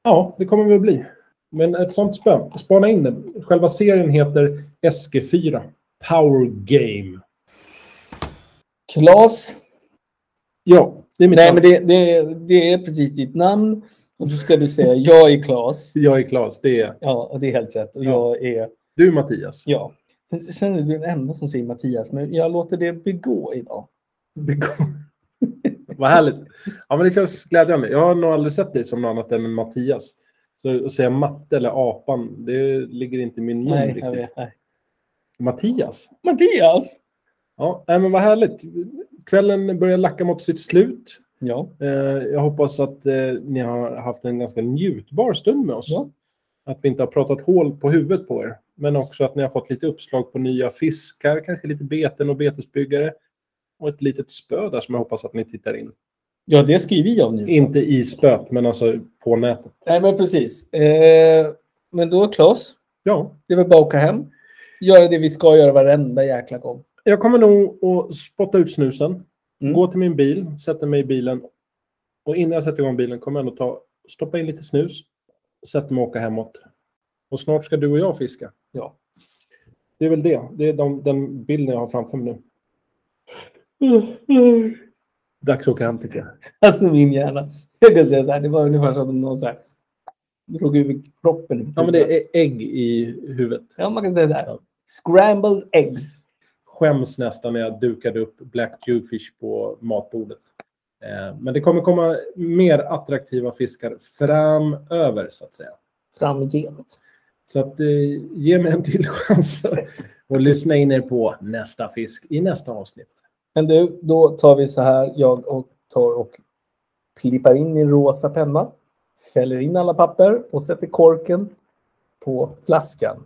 Speaker 3: Ja, det kommer vi att bli. Men ett sånt spö, spana in den. Själva serien heter SG4 Power Game.
Speaker 2: Klas.
Speaker 3: Ja, det är mitt
Speaker 2: Nej,
Speaker 3: namn.
Speaker 2: men det, det, det är precis ditt namn. Och så ska du säga, jag är Klas.
Speaker 3: Jag är Claes, det är
Speaker 2: Ja, och det är helt rätt. Och
Speaker 3: Ja.
Speaker 2: jag är
Speaker 3: du Mattias.
Speaker 2: Ja. Sen är du den enda som säger Mattias, men jag låter det begå idag.
Speaker 3: Det kom- Vad härligt. Ja, men det känns glädjande. Jag har nog aldrig sett dig som något annat än en Mattias. Så att säga matte eller apan, det ligger inte i min mun
Speaker 2: Nej, jag
Speaker 3: riktigt.
Speaker 2: vet. Nej.
Speaker 3: Mattias.
Speaker 2: Mattias!
Speaker 3: Ja, nej, men vad härligt. Kvällen börjar lacka mot sitt slut.
Speaker 2: Ja.
Speaker 3: Eh, jag hoppas att eh, ni har haft en ganska njutbar stund med oss.
Speaker 2: Ja.
Speaker 3: Att vi inte har pratat hål på huvudet på er. Men också att ni har fått lite uppslag på nya fiskar, kanske lite beten och betesbyggare. Och ett litet spö där som jag hoppas att ni tittar in.
Speaker 2: ja, det skriver jag nu.
Speaker 3: Inte i spöet, men alltså på nätet.
Speaker 2: Nej, men precis. Eh, men då, Claes,
Speaker 3: Ja.
Speaker 2: det är väl bara att åka hem. Göra det vi ska göra varenda jäkla gång.
Speaker 3: Jag kommer nog att spotta ut snusen,
Speaker 2: Mm.
Speaker 3: gå till min bil, sätta mig i bilen. Och innan jag sätter igång bilen kommer jag ändå ta, stoppa in lite snus, sätta mig och åka hemåt. Och snart ska du och jag fiska.
Speaker 2: Ja.
Speaker 3: Det är väl det. Det är de, den bilden jag har framför mig nu. Dags att åka hem tycker jag.
Speaker 2: Alltså min hjärna. Jag kan säga så här, det var ungefär som om någon så här drog ur proppen.
Speaker 3: Ja, men det är ägg i huvudet.
Speaker 2: Ja, man kan säga det här. Scrambled eggs.
Speaker 3: skäms nästan när jag dukade upp Black Jewfish på matbordet. Eh, Men det kommer komma mer attraktiva fiskar framöver, så att säga.
Speaker 2: Framgent.
Speaker 3: Så att, eh, ge mig en till chans och lyssna in er på nästa fisk i nästa avsnitt.
Speaker 2: Men du, då tar vi så här. Jag och tar och plippar in i en rosa penna. Fäller in alla papper och sätter korken på flaskan.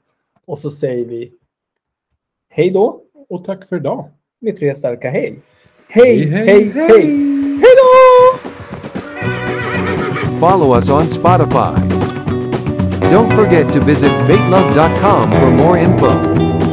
Speaker 2: Och så säger vi hej då
Speaker 3: Och tack för idag.
Speaker 2: med tre starka hej. Hej,
Speaker 3: Hej,
Speaker 2: hej,
Speaker 3: hej,
Speaker 2: hej! hej. hej då!
Speaker 1: Follow us on Spotify. Don't forget to visit baitlove.com for more info.